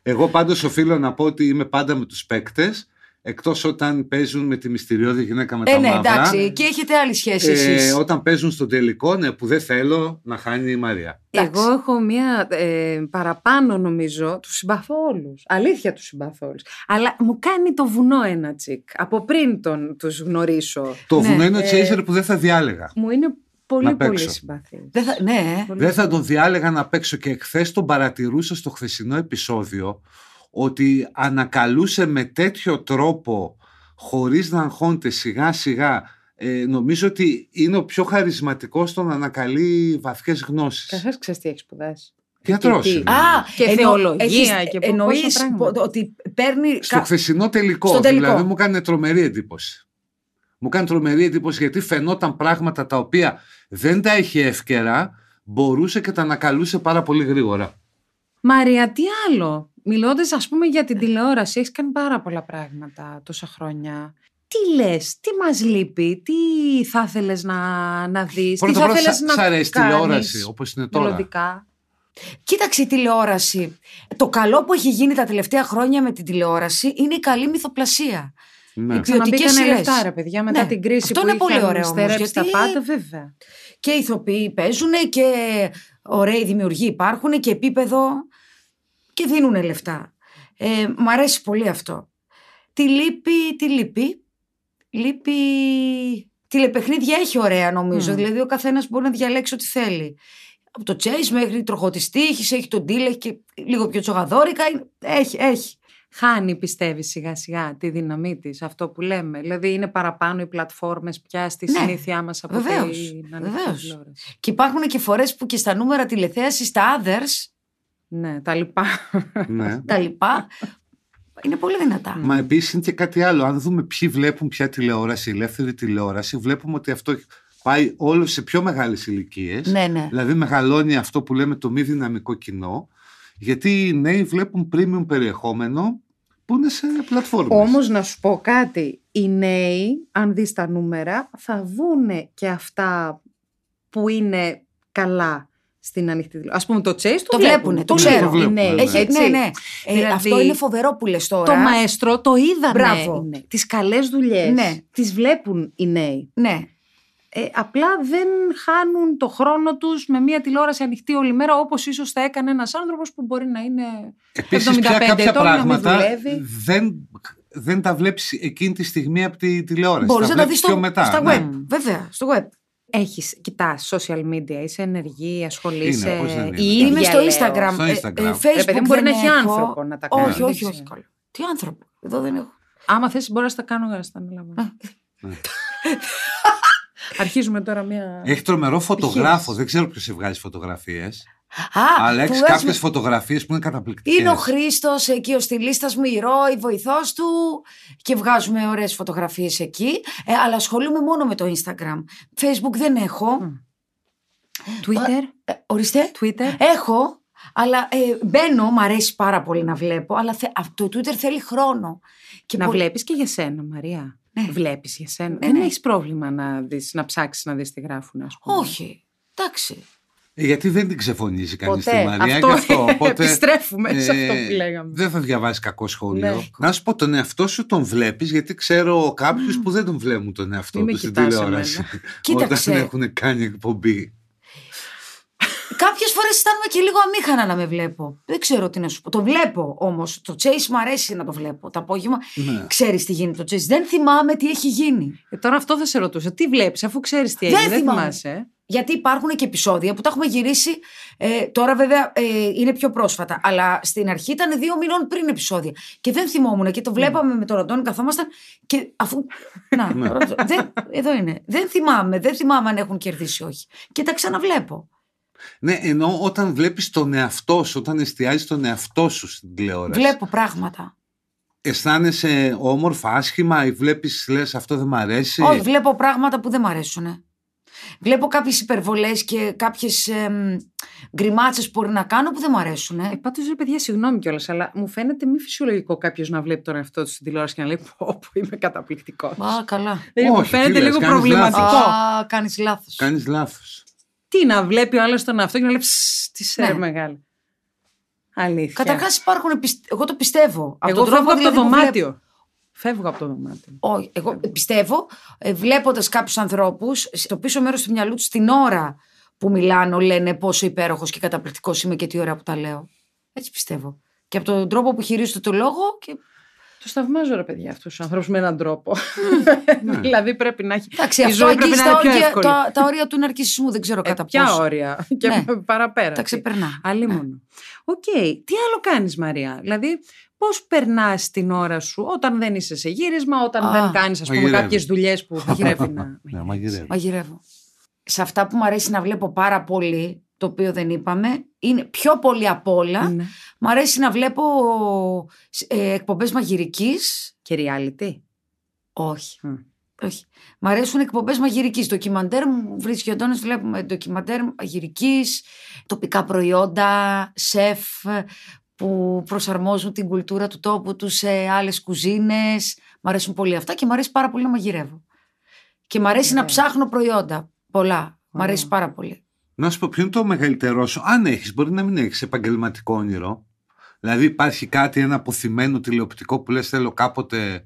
Speaker 3: Εγώ πάντως οφείλω να πω ότι είμαι πάντα με τους παίκτες. Εκτός όταν παίζουν με τη μυστηριώδη γυναίκα με
Speaker 5: Ε,
Speaker 3: τα
Speaker 5: ναι,
Speaker 3: μαύρα.
Speaker 5: εντάξει. Και έχετε άλλη σχέση
Speaker 3: Ε,
Speaker 5: εσείς.
Speaker 3: όταν παίζουν στον τελικό, ναι, που δεν θέλω να χάνει η Μαρία.
Speaker 5: Εντάξει.
Speaker 4: Εγώ έχω μία ε, παραπάνω νομίζω. Του συμπαθώ όλους. Αλήθεια τους συμπαθώ όλους. Αλλά μου κάνει το βουνό ένα τσικ. Από πριν τον τους γνωρίσω.
Speaker 3: Το
Speaker 5: Ναι,
Speaker 3: βουνό είναι ο
Speaker 4: ε,
Speaker 3: Τσέισερ που δεν θα διάλεγα.
Speaker 4: Μου είναι πολύ
Speaker 3: Να
Speaker 4: πολύ
Speaker 3: παίξω.
Speaker 4: συμπαθή.
Speaker 5: Δεν θα, ναι, ε.
Speaker 4: Πολύ
Speaker 3: Δεν θα τον διάλεγα να παίξω και εχθές τον παρατηρούσα στο χθεσινό επεισόδιο ότι ανακαλούσε με τέτοιο τρόπο χωρίς να αγχώνεται σιγά σιγά ε, νομίζω ότι είναι ο πιο χαρισματικός στο να ανακαλεί βαθιές γνώσεις.
Speaker 4: Καθώ ξέρεις τι έχει σπουδάσει.
Speaker 3: Γιατρός
Speaker 4: τι-
Speaker 3: είναι.
Speaker 5: Α,
Speaker 4: Και θεολογία και πο-
Speaker 5: εννοείς
Speaker 4: πόσα πράγματα.
Speaker 5: πο- ότι παίρνει.
Speaker 3: Στο
Speaker 5: κα-
Speaker 3: χθεσινό τελικό,
Speaker 5: στο τελικό.
Speaker 3: δηλαδή μου έκανε τρομερή εντύπωση. Μου έκανε τρομερή εντύπωση γιατί φαινόταν πράγματα τα οποία δεν τα είχε εύκαιρα, μπορούσε και τα ανακαλούσε πάρα πολύ γρήγορα.
Speaker 4: Μαρία, τι άλλο. Μιλώντας, ας πούμε, για
Speaker 5: Ε.
Speaker 4: την τηλεόραση, έχεις κάνει πάρα πολλά πράγματα τόσα χρόνια. Τι λες, τι μας λείπει, τι θα ήθελε να, να δεις, τι
Speaker 3: Πρώτα
Speaker 4: θα
Speaker 3: απ' όλα,
Speaker 4: ήθελε
Speaker 3: σ'
Speaker 4: να
Speaker 3: σ' αρέσει
Speaker 4: κάνεις
Speaker 3: τηλεόραση όπως είναι τώρα.
Speaker 4: μελλοντικά.
Speaker 5: Κοίταξε η τηλεόραση. Το καλό που έχει γίνει τα τελευταία χρόνια με την τηλεόραση είναι η καλή μυθοπλασία.
Speaker 3: Ναι.
Speaker 5: Ποιοτικές
Speaker 4: Ξαναμπήκανε
Speaker 5: σειρές.
Speaker 4: λεφτά, ρε παιδιά, μετά
Speaker 5: Ναι.
Speaker 4: την κρίση
Speaker 5: Αυτό
Speaker 4: που
Speaker 5: είναι πολύ
Speaker 4: είχαν
Speaker 5: ωραίο όμως,
Speaker 4: στερέψει
Speaker 5: γιατί-
Speaker 4: τα πάντα, βέβαια.
Speaker 5: Και οι ηθοποιοί παίζουν και ωραίοι δημιουργοί υπάρχουν και επίπεδο και δίνουν λεφτά. Ε, μ' αρέσει πολύ αυτό. Τι λείπει, τι λείπει. Λείπει. Τηλεπαιχνίδια έχει ωραία νομίζω.
Speaker 4: Μμμ.
Speaker 5: Δηλαδή ο καθένας μπορεί να διαλέξει ό,τι θέλει. Από το chase μέχρι τροχωτή τύχη, έχει τον deal, έχει και λίγο πιο τσογαδόρικα. είναι- Έχει, έχει.
Speaker 4: Χάνει, πιστεύεις σιγά σιγά τη δύναμή της, αυτό που λέμε. Δηλαδή, είναι παραπάνω οι πλατφόρμες πια στη
Speaker 5: Ναι.
Speaker 4: συνήθειά μας από
Speaker 5: Βεβαίως.
Speaker 4: την
Speaker 5: Βεβαίως.
Speaker 4: ανοιχτή τηλεόραση.
Speaker 5: Και υπάρχουν και φορές που και στα νούμερα τηλεθέασης, στα others,
Speaker 4: Ναι, τα λοιπά.
Speaker 3: ναι.
Speaker 5: τα λοιπά, είναι πολύ δυνατά.
Speaker 3: Μα επίσης είναι και κάτι άλλο. Αν δούμε ποιοι βλέπουν πια τηλεόραση, ελεύθερη τηλεόραση, βλέπουμε ότι αυτό πάει όλο σε πιο μεγάλες ηλικίες.
Speaker 5: Ναι, ναι.
Speaker 3: Δηλαδή μεγαλώνει αυτό που λέμε το μη δυναμικό κοινό, γιατί οι νέοι βλέπουν premium περιεχόμενο που είναι σε πλατφόρμες.
Speaker 4: Όμως, να σου πω κάτι. Οι νέοι, αν δεις τα νούμερα, θα δούνε και αυτά που είναι καλά στην ανοιχτή τηλεόραση. Ας πούμε, το chase το,
Speaker 5: Το βλέπουνε, το
Speaker 4: Το
Speaker 5: ξέρω.
Speaker 4: ξέρουν οι
Speaker 3: Ναι,
Speaker 4: νέοι.
Speaker 3: το
Speaker 5: Έχει,
Speaker 4: έτσι.
Speaker 5: ναι, ναι. Ε,
Speaker 4: Δηλαδή-
Speaker 5: αυτό είναι φοβερό που λες τώρα.
Speaker 4: Το μαέστρο το είδανε.
Speaker 5: Μπράβο.
Speaker 4: οι νέοι. Τις καλές δουλειές.
Speaker 5: Ναι.
Speaker 4: Τις βλέπουν οι νέοι.
Speaker 5: Ναι.
Speaker 4: Ε, απλά δεν χάνουν το χρόνο τους με μια τηλεόραση ανοιχτή όλη μέρα όπως ίσως θα έκανε ένας άνθρωπος που μπορεί να είναι...
Speaker 3: Επίσης
Speaker 4: 75
Speaker 3: πια κάποια
Speaker 4: ετών, να μην
Speaker 3: πράγματα
Speaker 4: δουλεύει.
Speaker 3: δεν, δεν τα βλέπεις εκείνη τη στιγμή από τη τηλεόραση.
Speaker 5: Μπορείς να τα
Speaker 3: βλέπεις
Speaker 5: δεις
Speaker 3: πιο
Speaker 5: στο,
Speaker 3: μετά.
Speaker 5: στα
Speaker 3: ναι.
Speaker 5: web. Βέβαια, στο web.
Speaker 4: Έχεις, κοιτάς, social media, είσαι ενεργή, ασχολείσαι.
Speaker 3: Είναι, πώς δεν είναι.
Speaker 4: η ίδια
Speaker 5: Είμαι στο
Speaker 4: λέω.
Speaker 5: Instagram.
Speaker 3: Στο
Speaker 5: ε,
Speaker 3: Instagram.
Speaker 5: ε,
Speaker 3: Ρε,
Speaker 5: Facebook
Speaker 4: παιδί μου, μπορεί
Speaker 5: δεν
Speaker 4: να έχει
Speaker 5: έχω.
Speaker 4: άνθρωπο να τα κάνει,
Speaker 5: Όχι,
Speaker 4: δεν
Speaker 5: όχι,
Speaker 4: ξέρω.
Speaker 5: όχι. καλό. Τι άνθρωπο. Εδώ δεν έχω.
Speaker 4: Άμα θες μπορείς να τα κάνω για να στα μιλάμε.
Speaker 3: Ναι.
Speaker 4: Αρχίζουμε τώρα μια...
Speaker 3: Έχει τρομερό φωτογράφος. Δεν ξέρω ποιος σε βγάζει φωτογραφίες.
Speaker 5: Α,
Speaker 3: Αλλά
Speaker 5: που
Speaker 3: έχει
Speaker 5: βγάζουμε-
Speaker 3: κάποιες φωτογραφίες που είναι καταπληκτικές.
Speaker 5: Είναι ο Χρήστος εκεί, ο στυλίστα μου, η Ρο, η βοηθός του. Και βγάζουμε ωραίες φωτογραφίες εκεί. Ε, αλλά ασχολούμαι μόνο με το Instagram. Facebook δεν έχω.
Speaker 4: Μμ. Twitter,
Speaker 5: Ε, ορίστε.
Speaker 4: Twitter.
Speaker 5: Έχω, αλλά ε, μπαίνω, μ' αρέσει πάρα πολύ να βλέπω, αλλά θε, αυ- το Twitter θέλει χρόνο. Και
Speaker 4: να
Speaker 5: πολύ-
Speaker 4: βλέπεις και για σένα, Μαρία.
Speaker 5: Ναι.
Speaker 4: Βλέπεις για σένα.
Speaker 5: Ναι,
Speaker 4: Δεν
Speaker 5: ναι.
Speaker 4: έχεις πρόβλημα να, δεις, να ψάξεις να δεις τι γράφουν, ας πούμε.
Speaker 5: Όχι, εντάξει.
Speaker 3: Ε, Γιατί δεν την ξεφωνίζει κανείς τη
Speaker 4: Ποτέ.
Speaker 3: Μαρία.
Speaker 4: Αυτό,
Speaker 3: γι' αυτό. Οπότε,
Speaker 4: επιστρέφουμε σε
Speaker 3: ε,
Speaker 4: αυτό που λέγαμε.
Speaker 3: Δεν θα διαβάσεις κακό σχόλιο.
Speaker 4: Ναι.
Speaker 3: Να σου πω τον εαυτό σου τον βλέπεις, γιατί ξέρω κάποιους που δεν τον βλέπουν τον εαυτό
Speaker 4: Μη με
Speaker 3: τους στην
Speaker 4: κοιτάς
Speaker 3: τηλεόραση.
Speaker 4: εμένα.
Speaker 5: Κοίταξε.
Speaker 3: Όταν έχουν κάνει εκπομπή.
Speaker 5: Κάποιες φορές αισθάνομαι και λίγο αμήχανα να με βλέπω. Δεν ξέρω τι να σου πω. Το βλέπω όμως. Το Chase μου αρέσει να το βλέπω. Το απόγευμα
Speaker 3: Ναι.
Speaker 5: ξέρεις τι γίνεται το Chase. Δεν θυμάμαι τι έχει γίνει.
Speaker 4: Ε, τώρα αυτό θα σε ρωτούσα. Τι βλέπεις αφού ξέρεις τι
Speaker 5: Δεν
Speaker 4: έγινε. Δεν
Speaker 5: θυμάμαι.
Speaker 4: θυμάσαι. ε.
Speaker 5: Γιατί υπάρχουν και επεισόδια που τα έχουμε γυρίσει. Ε, τώρα, βέβαια, ε, είναι πιο πρόσφατα. Αλλά στην αρχή ήταν δύο μηνών πριν επεισόδια. Και δεν θυμόμουν και το βλέπαμε με τον Αντώνη, καθόμασταν. Και αφού. Να,
Speaker 3: Ναι.
Speaker 5: ρωτώ. δεν, εδώ είναι. Δεν θυμάμαι, δεν θυμάμαι αν έχουν κερδίσει ή όχι. Και τα ξαναβλέπω.
Speaker 3: Ναι, ενώ όταν βλέπεις τον εαυτό σου, όταν εστιάζεις τον εαυτό σου στην τηλεόραση.
Speaker 5: Βλέπω πράγματα.
Speaker 3: Αισθάνεσαι όμορφα, άσχημα ή βλέπεις, λες αυτό δεν μ' αρέσει.
Speaker 5: Όχι, βλέπω πράγματα που δεν μ' αρέσουν. ε. Βλέπω κάποιες υπερβολές και κάποιες γκριμάτσες που μπορεί να κάνω που δεν μ' αρέσουν.
Speaker 4: Ε, Πάντως, ρε παιδιά, συγγνώμη κιόλας, αλλά μου φαίνεται μη φυσιολογικό κάποιος να βλέπει τον εαυτό του στην τηλεόραση και να λέει Πω, πω είμαι καταπληκτικός.
Speaker 5: Α, καλά.
Speaker 4: μου
Speaker 3: Όχι,
Speaker 4: φαίνεται
Speaker 3: τι λες,
Speaker 4: λίγο
Speaker 3: κάνεις
Speaker 4: προβληματικό.
Speaker 5: Α, κάνεις λάθος.
Speaker 3: Κάνεις λάθος.
Speaker 4: Τι να βλέπει ο άλλος τον εαυτό και να λέει «Ψ, Τι σε
Speaker 5: Ναι.
Speaker 4: ρε μεγάλη. Αλήθεια.
Speaker 5: Καταρχά υπάρχουν. πιστ- Εγώ το πιστεύω.
Speaker 4: εγώ
Speaker 5: τον τρόπο
Speaker 4: φεύγω από το
Speaker 5: δηλαδή που βλέπω-
Speaker 4: δωμάτιο. Φεύγω από το δωμάτιο.
Speaker 5: Όχι, εγώ πιστεύω, ε, βλέποντα κάποιου ανθρώπου, στο πίσω μέρο του μυαλού του, την ώρα που μιλάνω, λένε πόσο υπέροχο και καταπληκτικό είμαι και τι ωραία που τα λέω. Έτσι πιστεύω. Και από τον τρόπο που χειρίζονται το λόγο. Και...
Speaker 4: Το σταυμάζω, ρε παιδιά, αυτούς τους ανθρώπους με έναν τρόπο.
Speaker 3: Ναι.
Speaker 4: δηλαδή πρέπει να έχει.
Speaker 5: Εντάξει,
Speaker 4: Η
Speaker 5: αυτό
Speaker 4: ζωή
Speaker 5: εκεί
Speaker 4: πρέπει να
Speaker 5: στα
Speaker 4: είναι πιο
Speaker 5: όρια,
Speaker 4: εύκολη.
Speaker 5: τα, τα όρια του ναρκισμού δεν ξέρω
Speaker 4: Ε,
Speaker 5: κατά
Speaker 4: ποια
Speaker 5: πόσο.
Speaker 4: όρια και
Speaker 5: Ναι.
Speaker 4: παραπέρα.
Speaker 5: Τα ξεπερνά.
Speaker 4: Αλίμονο. Οκ. Τι άλλο κάνεις Μαρία. Δηλαδή πώς περνάς την ώρα σου όταν δεν είσαι σε γύρισμα, όταν
Speaker 5: Α,
Speaker 4: δεν κάνεις ας πούμε
Speaker 3: μαγειρεύω.
Speaker 4: κάποιες δουλειές που θα πρέπει να...
Speaker 3: Ναι, μαγειρεύει.
Speaker 5: Μαγειρεύω. Σε αυτά που μου αρέσει να βλέπω πάρα πολύ, το οποίο δεν είπαμε, είναι πιο πολύ απ' όλα.
Speaker 4: Ναι.
Speaker 5: Μ' αρέσει να βλέπω ε, εκπομπές μαγειρικής.
Speaker 4: Και reality.
Speaker 5: Όχι.
Speaker 4: Μμ.
Speaker 5: Όχι. Μ' αρέσουν εκπομπές μαγειρικής. Ντοκιμαντέρ μου βρίσκει ο Αντώνη, βλέπουμε ε, ντοκιμαντέρ μαγειρικής, τοπικά προϊόντα, σεφ που προσαρμόζουν την κουλτούρα του τόπου τους σε άλλες κουζίνες. Μ' αρέσουν πολύ αυτά και μ' αρέσει πάρα πολύ να μαγειρεύω. Και μ' αρέσει να
Speaker 4: Ωραία.
Speaker 5: ψάχνω προϊόντα. Πολλά. Μ'
Speaker 4: Ναι. Ωραία.
Speaker 5: αρέσει πάρα πολύ.
Speaker 3: Να σου πω, ποιο είναι το μεγαλύτερό σου, αν έχεις, μπορεί να μην έχεις επαγγελματικό όνειρο. Δηλαδή, υπάρχει κάτι, ένα αποθυμένο τηλεοπτικό που λες: Θέλω κάποτε.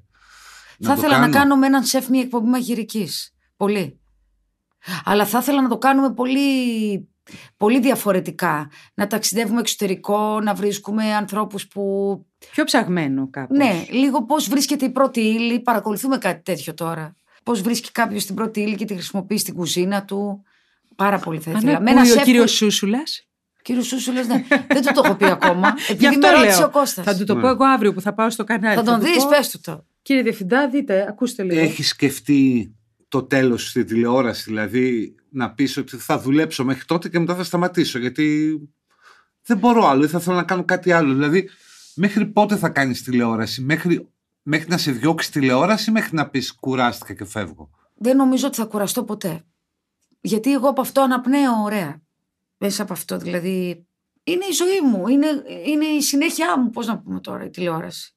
Speaker 3: να
Speaker 5: θα
Speaker 3: το
Speaker 5: ήθελα να κάνω με έναν σεφ μια εκπομπή μαγειρικής. Πολύ. Αλλά θα ήθελα να το κάνουμε πολύ, πολύ διαφορετικά. Να ταξιδεύουμε εξωτερικό, να βρίσκουμε ανθρώπους που
Speaker 4: Πιο ψαγμένο κάπως.
Speaker 5: Ναι, λίγο πώς βρίσκεται η πρώτη ύλη. Παρακολουθούμε κάτι τέτοιο τώρα. Πώς βρίσκει κάποιος την πρώτη ύλη και τη χρησιμοποιεί στην κουζίνα του. Πάρα πολύ θα ήθελα.
Speaker 4: Αν
Speaker 5: Με ένα
Speaker 4: ακούει ναι, ο
Speaker 5: σεφ
Speaker 4: κύριος
Speaker 5: που-
Speaker 4: Σούσουλας.
Speaker 5: Κύριος Σούσου, λες, ναι. Δεν του το έχω πει ακόμα. Επειδή με ρώτησε ο Κώστας.
Speaker 4: Θα του το
Speaker 3: Ναι.
Speaker 4: πω εγώ αύριο που θα πάω στο κανάλι.
Speaker 5: Θα τον
Speaker 4: του
Speaker 5: δεις,
Speaker 4: πω,
Speaker 5: πες του το.
Speaker 4: Κύριε Διευθυντά, δείτε, ακούστε λίγο.
Speaker 3: Έχεις σκεφτεί το τέλος στη τηλεόραση, δηλαδή να πεις ότι θα δουλέψω μέχρι τότε και μετά θα σταματήσω, γιατί δεν μπορώ άλλο, ή θα θέλω να κάνω κάτι άλλο. Δηλαδή, μέχρι πότε θα κάνεις τηλεόραση, μέχρι, μέχρι να σε διώξει τηλεόραση, ή μέχρι να πεις κουράστηκα και φεύγω.
Speaker 5: Δεν νομίζω ότι θα κουραστώ ποτέ. Γιατί εγώ από αυτό αναπνέω ωραία. Μέσα από αυτό, δηλαδή. Είναι η ζωή μου, είναι, είναι η συνέχεια μου, πώς να πούμε τώρα, η τηλεόραση.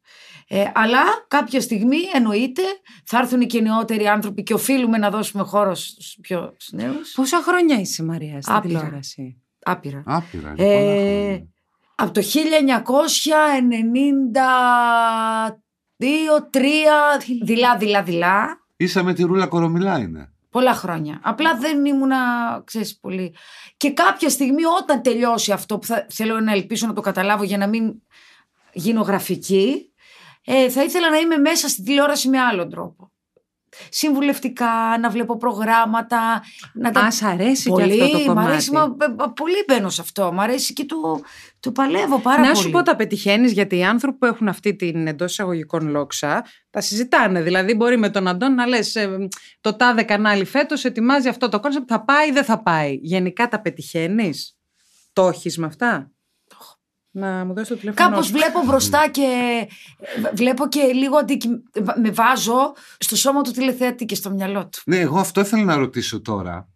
Speaker 5: Ε, αλλά κάποια στιγμή εννοείται θα έρθουν οι και νεότεροι άνθρωποι και οφείλουμε να δώσουμε χώρο στους πιο νέους.
Speaker 4: Πόσα χρόνια είσαι, Μαρία, στην
Speaker 5: Άπειρα.
Speaker 4: τηλεόραση.
Speaker 5: Άπειρα.
Speaker 3: Άπειρα, λοιπόν, είναι πολλά
Speaker 5: Ε,
Speaker 3: χρόνια.
Speaker 5: από το 1992-3, δειλά, δειλά, δειλά,
Speaker 3: Ίσα με τη Ρούλα Κορομιλά είναι.
Speaker 5: πολλά χρόνια. Απλά δεν ήμουνα, ξέρεις, πολύ. Και κάποια στιγμή όταν τελειώσει αυτό που θα, θέλω να ελπίσω να το καταλάβω για να μην γίνω γραφική, ε, θα ήθελα να είμαι μέσα στην τηλεόραση με άλλον τρόπο. Συμβουλευτικά, να βλέπω προγράμματα, να τα
Speaker 4: Ας σ' αρέσει
Speaker 5: πολύ,
Speaker 4: και αυτό το
Speaker 5: μ'
Speaker 4: κομμάτι.
Speaker 5: αρέσει, μα, μα- μα- πολύ μπαίνω σε αυτό. Μ' αρέσει και το, το παλεύω πάρα
Speaker 4: να
Speaker 5: πολύ.
Speaker 4: σου πω τα πετυχαίνεις, γιατί οι άνθρωποι που έχουν αυτή την εντός εισαγωγικών λόξα τα συζητάνε. Δηλαδή, μπορεί με τον Αντών να λες: Το τάδε κανάλι φέτος ετοιμάζει αυτό το κόνσεπτ, θα πάει ή δεν θα πάει. Γενικά τα πετυχαίνεις. Το έχεις με αυτά. Να μου δώσει το τηλέφωνο.
Speaker 5: Κάπως βλέπω μπροστά και ε, βλέπω και λίγο αντικει... με βάζω στο σώμα του τηλεθεατή και στο μυαλό του.
Speaker 3: Ναι, εγώ αυτό ήθελα να ρωτήσω τώρα.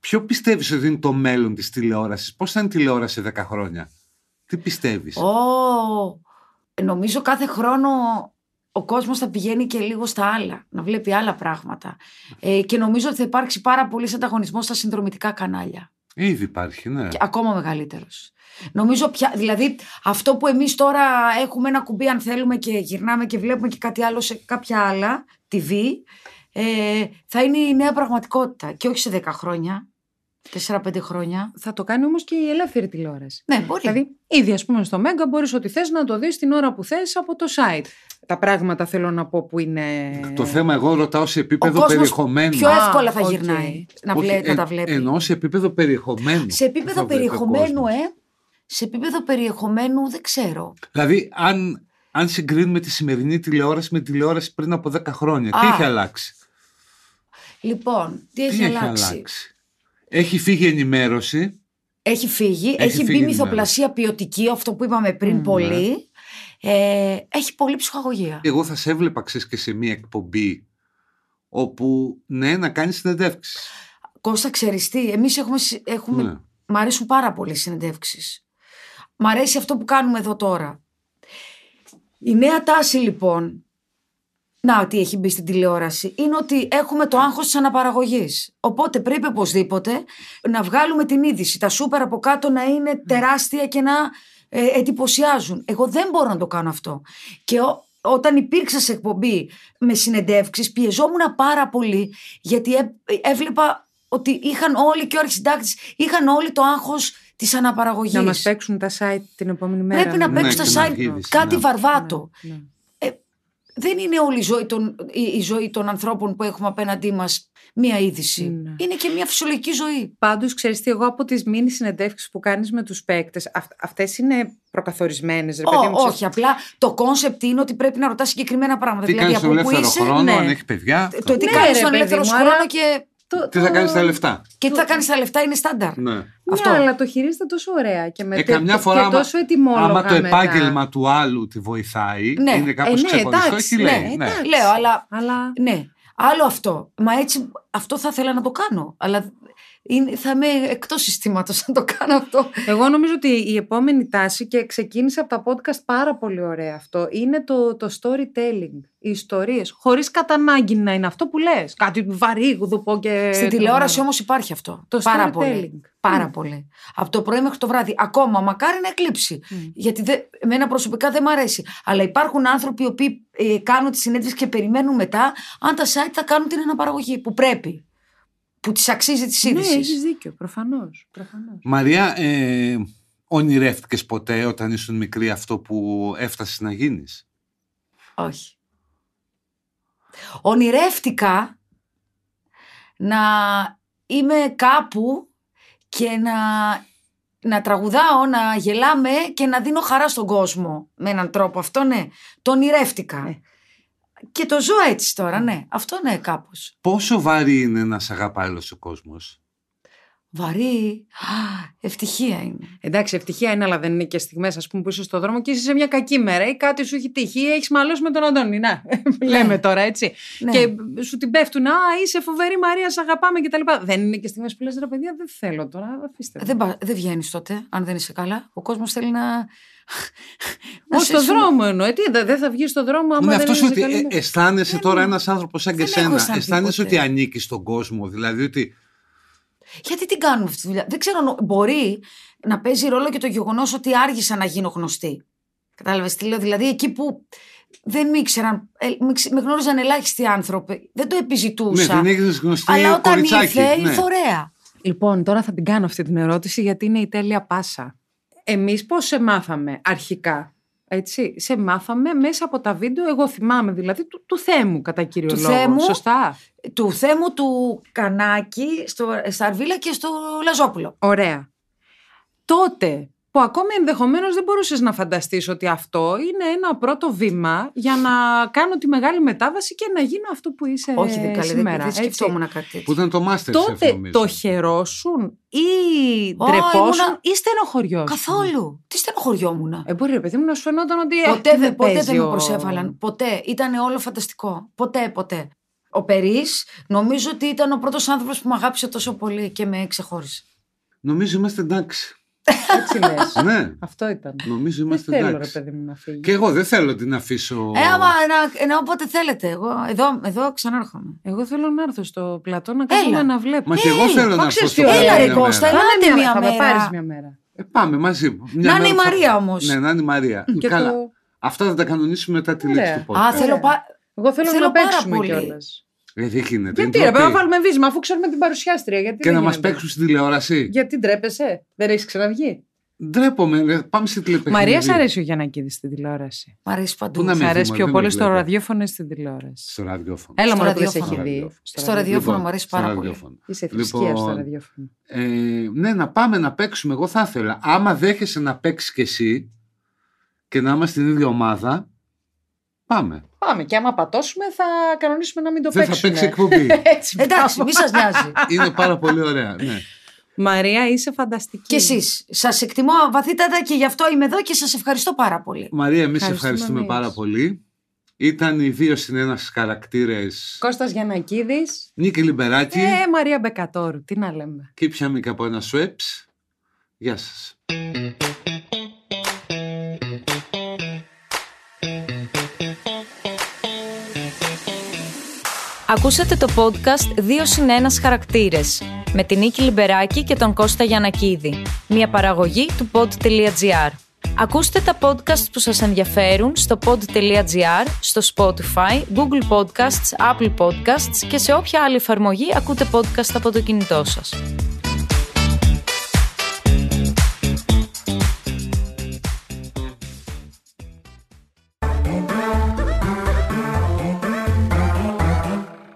Speaker 3: Ποιο πιστεύεις ότι είναι το μέλλον της τηλεόρασης, πώς θα είναι η τηλεόραση 10 χρόνια. Τι πιστεύεις.
Speaker 5: Ω, ε, νομίζω κάθε χρόνο ο κόσμος θα πηγαίνει και λίγο στα άλλα, να βλέπει άλλα πράγματα. Ε, και νομίζω ότι θα υπάρξει πάρα πολύς ανταγωνισμός στα συνδρομητικά κανάλια.
Speaker 3: Ήδη υπάρχει, ναι.
Speaker 5: Και ακόμα μεγαλύτερος. Νομίζω πια, δηλαδή αυτό που εμείς τώρα έχουμε ένα κουμπί αν θέλουμε και γυρνάμε και βλέπουμε και κάτι άλλο σε κάποια άλλα TV, ε, θα είναι η νέα πραγματικότητα και όχι σε 10 χρόνια, 4-5 χρόνια.
Speaker 4: Θα το κάνει όμως και η ελεύθερη τηλεόραση.
Speaker 5: Ναι, μπορεί.
Speaker 4: Δηλαδή, ήδη ας πούμε στο Μέγκα μπορείς ό,τι θες να το δεις την ώρα που θες από το site. Τα πράγματα θέλω να πω που είναι.
Speaker 3: Το θέμα εγώ ρωτάω σε επίπεδο
Speaker 5: ναι. κόσμος
Speaker 3: περιεχομένου.
Speaker 5: πιο
Speaker 4: Α,
Speaker 5: εύκολα θα
Speaker 4: οκ.
Speaker 5: γυρνάει να,
Speaker 3: Όχι,
Speaker 5: βλέ- να
Speaker 3: εν-
Speaker 5: τα βλέπει.
Speaker 3: Εννοώ σε επίπεδο περιεχομένου.
Speaker 5: Σε
Speaker 3: θα
Speaker 5: επίπεδο
Speaker 3: βλέπει ο
Speaker 5: περιεχομένου,
Speaker 3: κόσμος.
Speaker 5: ε. Σε επίπεδο περιεχομένου δεν ξέρω.
Speaker 3: Δηλαδή, αν, αν συγκρίνουμε τη σημερινή τηλεόραση με τη τηλεόραση πριν από 10 χρόνια, τι
Speaker 5: Α,
Speaker 3: έχει αλλάξει.
Speaker 5: Λοιπόν, τι έχει,
Speaker 3: τι
Speaker 5: αλλάξει.
Speaker 3: έχει αλλάξει. Έχει φύγει ενημέρωση.
Speaker 5: Έχει φύγει, έχει,
Speaker 3: φύγει ναι.
Speaker 5: μπει
Speaker 3: η
Speaker 5: μυθοπλασία ποιοτική, αυτό που είπαμε πριν πολύ. Ε, έχει πολύ ψυχαγωγία.
Speaker 3: Εγώ θα σε έβλεπα, ξέρεις, και σε μία εκπομπή όπου, ναι, να κάνεις συνεντεύξεις.
Speaker 5: Κώστα, ξέρεις τι, εμείς έχουμε... συ- έχουμε...
Speaker 3: Ναι.
Speaker 5: Μ' αρέσουν πάρα πολύ οι συνεντεύξεις. Μ' αρέσει αυτό που κάνουμε εδώ τώρα. Η νέα τάση λοιπόν, να ότι έχει μπει στην τηλεόραση, είναι ότι έχουμε το άγχος της αναπαραγωγής. Οπότε πρέπει οπωσδήποτε να βγάλουμε την είδηση, τα σούπερ από κάτω να είναι τεράστια και να ε, εντυπωσιάζουν. Εγώ δεν μπορώ να το κάνω αυτό. Και ό- όταν υπήρξα σε εκπομπή με συνεντεύξεις, πιεζόμουν πάρα πολύ γιατί έ- έβλεπα ότι είχαν όλοι και ο αρχισυντάκτης, είχαν όλοι το άγχος της αναπαραγωγής.
Speaker 4: Να μας παίξουν τα site την επόμενη μέρα.
Speaker 5: Πρέπει να
Speaker 4: Ναι.
Speaker 5: παίξουν
Speaker 3: και
Speaker 5: τα
Speaker 3: να
Speaker 5: site
Speaker 3: γύρισε,
Speaker 5: κάτι
Speaker 3: ναι.
Speaker 5: βαρβάτο.
Speaker 4: Ναι.
Speaker 5: Δεν είναι όλη η ζωή, των, η, η ζωή των ανθρώπων που έχουμε απέναντί μας μία είδηση.
Speaker 4: Ναι.
Speaker 5: Είναι και μία φυσιολογική
Speaker 3: Ε,
Speaker 5: ζωή.
Speaker 4: Πάντως, ξέρεις τι, εγώ από τις μήνυ συνεντεύξεις που κάνεις με τους παίκτες, αυτές είναι προκαθορισμένες, ρε παιδί μου.
Speaker 5: Ω,
Speaker 4: ξέρεις.
Speaker 5: όχι, απλά το κόνσεπτ είναι ότι πρέπει να ρωτάς συγκεκριμένα πράγματα.
Speaker 4: Δηλαδή,
Speaker 3: Τι
Speaker 5: Δηλαδή,
Speaker 3: κάνεις στον
Speaker 5: από πού
Speaker 3: ελεύθερο
Speaker 5: είσαι,
Speaker 3: χρόνο,
Speaker 4: ναι.
Speaker 3: αν έχει παιδιά. Ναι.
Speaker 5: το τι
Speaker 4: Ναι,
Speaker 5: κάνεις
Speaker 4: ρε,
Speaker 5: στον
Speaker 4: παιδί
Speaker 5: ελεύθερο
Speaker 4: μου,
Speaker 5: χρόνο
Speaker 4: άρα-
Speaker 5: και,
Speaker 4: Το-
Speaker 3: Τι θα
Speaker 4: το-
Speaker 3: κάνεις τα λεφτά.
Speaker 5: και τι θα κάνεις τα λεφτά είναι στάνταρ.
Speaker 3: Ναι.
Speaker 4: Ναι,
Speaker 5: Αυτό.
Speaker 4: αλλά το χειρίζεται τόσο ωραία και με
Speaker 3: Ε,
Speaker 4: τε-
Speaker 3: καμιά
Speaker 4: και
Speaker 3: φορά, άμα-
Speaker 4: τόσο ετοιμόλογα.
Speaker 3: άμα το
Speaker 4: μετά.
Speaker 3: επάγγελμα του άλλου τη βοηθάει,
Speaker 5: Ναι.
Speaker 3: είναι κάπως
Speaker 4: Ε, ναι,
Speaker 3: ξεχωριστό,
Speaker 4: εντάξει,
Speaker 3: εκεί λέει.
Speaker 4: ναι,
Speaker 3: ναι.
Speaker 4: εντάξει.
Speaker 5: Λέω, αλλά
Speaker 4: Αλλά.
Speaker 5: ναι, άλλο αυτό. Μα έτσι αυτό θα ήθελα να το κάνω. Αλλά είναι, θα είμαι εκτός συστήματος να το κάνω αυτό.
Speaker 4: Εγώ νομίζω ότι η επόμενη τάση και ξεκίνησε από τα podcast πάρα πολύ ωραία αυτό είναι το, το storytelling. Οι ιστορίες. Χωρίς κατά ανάγκη να είναι αυτό που λες. Κάτι βαρύ, γουδουπό και.
Speaker 5: Στην τηλεόραση όμως υπάρχει αυτό.
Speaker 4: Ε, Το
Speaker 5: πάρα
Speaker 4: storytelling.
Speaker 5: πολύ. Πάρα
Speaker 4: Mm.
Speaker 5: πολύ. Από το πρωί μέχρι το βράδυ. Ακόμα, μακάρι να εκλείψει.
Speaker 4: Mm.
Speaker 5: Γιατί δε, εμένα προσωπικά δεν μ' αρέσει. Αλλά υπάρχουν άνθρωποι οι οποίοι ε, κάνουν τη συνέντευξη και περιμένουν μετά αν τα site θα κάνουν την αναπαραγωγή που πρέπει. Που της αξίζει της
Speaker 4: Ναι,
Speaker 5: είδησης.
Speaker 4: έχεις δίκιο, προφανώς. Προφανώς.
Speaker 3: Μαρία, ε, ονειρεύτηκες ποτέ όταν ήσουν μικρή αυτό που έφτασες να γίνεις.
Speaker 5: Όχι. Ονειρεύτηκα να είμαι κάπου και να, να τραγουδάω, να γελάμε και να δίνω χαρά στον κόσμο. Με έναν τρόπο αυτό, ναι. Το ονειρεύτηκα. Και το ζω έτσι τώρα, ναι. Αυτό ναι, κάπως.
Speaker 3: Πόσο βαρύ είναι να σε αγαπάει όλος ο κόσμος.
Speaker 5: Βαρύ. Α, ευτυχία είναι.
Speaker 4: Εντάξει, ευτυχία είναι, αλλά δεν είναι και στιγμές, ας πούμε, που είσαι στο δρόμο και είσαι σε μια κακή μέρα ή κάτι σου έχει τύχει ή έχεις μαλώσει με τον Αντώνη. Να, λέμε τώρα έτσι.
Speaker 5: Ναι.
Speaker 4: Και σου την πέφτουν. Α, είσαι φοβερή Μαρία, σε αγαπάμε κτλ. Δεν είναι και στιγμές που λες ρε παιδιά, δεν θέλω τώρα. Αφήστε. με».
Speaker 5: Δεν, πα- δεν βγαίνεις τότε, αν δεν είσαι καλά. Ο κόσμος θέλει να. να
Speaker 4: Όχι
Speaker 5: σε
Speaker 4: στο
Speaker 5: ζουν.
Speaker 4: δρόμο εννοώ. «Ε, Τι, δεν δεν θα βγεις στο δρόμο άμα
Speaker 3: είναι
Speaker 4: δεν
Speaker 3: αυτός
Speaker 4: είσαι
Speaker 3: ότι
Speaker 4: καλή.
Speaker 3: ε, αισθάνεσαι τώρα ένας άνθρωπος σαν και
Speaker 5: Δεν έχω
Speaker 3: σένα.
Speaker 5: αισθανθεί
Speaker 3: Αισθάνεσαι
Speaker 5: ποτέ.
Speaker 3: ότι ανήκεις στον κόσμο. Δηλαδή ότι
Speaker 5: Γιατί την κάνουμε αυτή τη δουλειά. Δεν ξέρω, νο- μπορεί να παίζει ρόλο και το γεγονός ότι άργησα να γίνω γνωστή. Κατάλαβες τι λέω. Δηλαδή εκεί που δεν με ήξεραν, ε, με ξε- με γνώριζαν ελάχιστοι άνθρωποι. Δεν το
Speaker 3: ναι,
Speaker 5: επιζητούσα.
Speaker 3: δεν έχεις γνωστή
Speaker 5: αλλά όταν
Speaker 3: κοριτσάκι.
Speaker 5: ήρθε,
Speaker 3: ναι.
Speaker 5: ήρθε ωραία.
Speaker 4: Λοιπόν, τώρα θα την κάνω αυτή την ερώτηση γιατί είναι η τέλεια πάσα. Εμείς πώς σε μάθαμε αρχικά, έτσι, σε μάθαμε μέσα από τα βίντεο, εγώ θυμάμαι δηλαδή, του, του Θέμου κατά κύριο
Speaker 5: Του
Speaker 4: λόγο,
Speaker 5: Θέμου.
Speaker 4: σωστά.
Speaker 5: Του θέμου του Κανάκη, στο, στα Αρβίλα και στο Λαζόπουλο.
Speaker 4: Ωραία. Τότε που ακόμη ενδεχομένως δεν μπορούσες να φανταστείς ότι αυτό είναι ένα πρώτο βήμα για να κάνω τη μεγάλη μετάβαση και να γίνω αυτό που είσαι
Speaker 5: Όχι, δεν καλή, δεν,
Speaker 4: Ε, σήμερα.
Speaker 5: δεν
Speaker 4: έτσι.
Speaker 5: σκεφτόμουν κάτι τέτοιο.
Speaker 3: Που ήταν το Masterchef
Speaker 4: Τότε
Speaker 3: νομίζω.
Speaker 4: το χαιρόσουν ή
Speaker 5: ναι. Ω,
Speaker 4: ντρεπόσουν
Speaker 5: ήμουνα-
Speaker 4: ή στενοχωριόσουν.
Speaker 5: Καθόλου. Τι στενοχωριόμουν.
Speaker 4: Ε, μπορεί, ρε παιδί μου, να σου φαινόταν ότι. «Αχ,
Speaker 5: ποτέ
Speaker 4: τι
Speaker 5: δεν, ποτέ
Speaker 4: Ε, παίζει
Speaker 5: δεν με
Speaker 4: ο-
Speaker 5: προσέβαλαν. Ποτέ. Ήταν όλο φανταστικό. Ποτέ, ποτέ. Ο Περής, νομίζω ότι ήταν ο πρώτος άνθρωπος που με αγάπησε τόσο πολύ και με ξεχώρισε.
Speaker 3: Νομίζω είμαστε εντάξει.
Speaker 4: Έτσι λες.
Speaker 3: ναι,
Speaker 4: Αυτό ήταν.
Speaker 3: νομίζω
Speaker 4: Δεν
Speaker 3: είμαστε
Speaker 4: θέλω, ρε
Speaker 3: εντάξει.
Speaker 4: παιδί μου, να φύγεις.
Speaker 3: Και εγώ δεν θέλω την αφήσω.
Speaker 5: Ε, άμα να, να όποτε θέλετε. Εγώ εδώ, εδώ ξανάρχομαι.
Speaker 4: Εγώ θέλω να έρθω στο πλατό να κάνουμε
Speaker 5: Έλα.
Speaker 4: να βλέπω.
Speaker 3: Μα και εγώ
Speaker 5: Έλα,
Speaker 3: θέλω
Speaker 4: μα
Speaker 3: να
Speaker 4: ξέρεις
Speaker 3: έρθω στο
Speaker 4: τι
Speaker 3: Παρίσι
Speaker 4: ωραία
Speaker 5: Έλα, ρε
Speaker 3: μια μέρα.
Speaker 4: Πάμε θα
Speaker 5: Κώστα, Ελάτε μία
Speaker 4: με
Speaker 5: μέρα.
Speaker 4: πάρεις μια μέρα.
Speaker 3: Ε, πάμε μαζί. Μια
Speaker 5: Να είναι
Speaker 3: μέρα
Speaker 5: η
Speaker 3: θα-
Speaker 5: Μαρία όμως.
Speaker 3: Ναι, να είναι η Μαρία.
Speaker 4: Και
Speaker 3: Καλά.
Speaker 4: το-
Speaker 3: Αυτά θα τα κανονίσουμε μετά τη
Speaker 4: Ωραία.
Speaker 3: λήξη του
Speaker 5: Α,
Speaker 3: podcast.
Speaker 5: θέλω πα...
Speaker 4: Εγώ θέλω,
Speaker 5: Θέλω
Speaker 4: να
Speaker 5: πάρα
Speaker 4: παίξουμε
Speaker 5: πολύ.
Speaker 4: κιόλας.
Speaker 3: Ε, δεν γίνεται.
Speaker 4: Γιατί
Speaker 3: είναι
Speaker 4: ρε, πρέπει να
Speaker 3: ντροπή.
Speaker 4: βάλουμε βίσμα αφού ξέρουμε την παρουσιάστρια. Γιατί
Speaker 3: Και
Speaker 4: δεν
Speaker 3: να μας
Speaker 4: γίνεται.
Speaker 3: παίξουν στην τηλεόραση.
Speaker 4: Γιατί ντρέπεσαι, δεν έχεις ξαναβγεί.
Speaker 3: Ντρέπομαι. ρε. Πάμε στη τηλεπαιχνίδι.
Speaker 4: Μαρία, σ' αρέσει ο Γιανακίδη στην τηλεόραση.
Speaker 5: Μ' αρέσει παντού.
Speaker 3: Πού να
Speaker 4: Σ'
Speaker 3: με
Speaker 4: αρέσει
Speaker 3: θυμώ,
Speaker 4: πιο
Speaker 3: δεν
Speaker 4: πολύ
Speaker 3: με
Speaker 4: στο
Speaker 3: βλέπω.
Speaker 4: ραδιόφωνο ή στην τηλεόραση.
Speaker 3: Στο ραδιόφωνο. Λοιπόν,
Speaker 4: Έλα
Speaker 5: Στο
Speaker 4: μόνο που δεν σε
Speaker 5: ραδιόφωνο.
Speaker 4: έχει δει.
Speaker 5: Στο ραδιόφωνο μου αρέσει
Speaker 3: στο
Speaker 5: πάρα πολύ.
Speaker 3: ραδιόφωνο.
Speaker 4: Είσαι θρησκεία στο
Speaker 3: Λοιπόν,
Speaker 4: ραδιόφωνο.
Speaker 3: Ε, ναι, να πάμε να παίξουμε. Εγώ θα ήθελα. Άμα δέχεσαι να παίξεις κι εσύ και να είμαστε στην ίδια ομάδα, πάμε.
Speaker 4: Πάμε και άμα πατώσουμε θα κανονίσουμε να μην το
Speaker 3: Δεν θα
Speaker 4: παίξουμε.
Speaker 3: παίξει εκπομπή.
Speaker 4: Έτσι,
Speaker 5: Εντάξει,
Speaker 4: μπράβο.
Speaker 5: μη σας νοιάζει.
Speaker 3: Είναι πάρα πολύ ωραία. Ναι.
Speaker 4: Μαρία, είσαι φανταστική.
Speaker 5: και εσείς. Σας εκτιμώ βαθύτατα και γι' αυτό είμαι εδώ και σας ευχαριστώ πάρα πολύ.
Speaker 3: Μαρία, εμείς
Speaker 4: Ευχαριστούμε
Speaker 3: ευχαριστούμε
Speaker 4: εμείς.
Speaker 3: πάρα πολύ. Ήταν οι δύο συνένας χαρακτήρες
Speaker 4: Κώστας Γιανακίδης.
Speaker 3: Νίκη Λιμπεράκη
Speaker 4: Ε, Μαρία Μπεκατόρου, τι να λέμε.
Speaker 3: και πια Μίκα από ένα Σουέψ. Γεια σας.
Speaker 1: Ακούσατε το podcast 2 συν 1 χαρακτήρες με την Νίκη Λιμπεράκη και τον Κώστα Γιανακίδη. Μια παραγωγή του pod.gr. Ακούστε τα podcast που σας ενδιαφέρουν στο pod.gr, στο Spotify, Google Podcasts, Apple Podcasts και σε όποια άλλη εφαρμογή ακούτε podcast από το κινητό σας.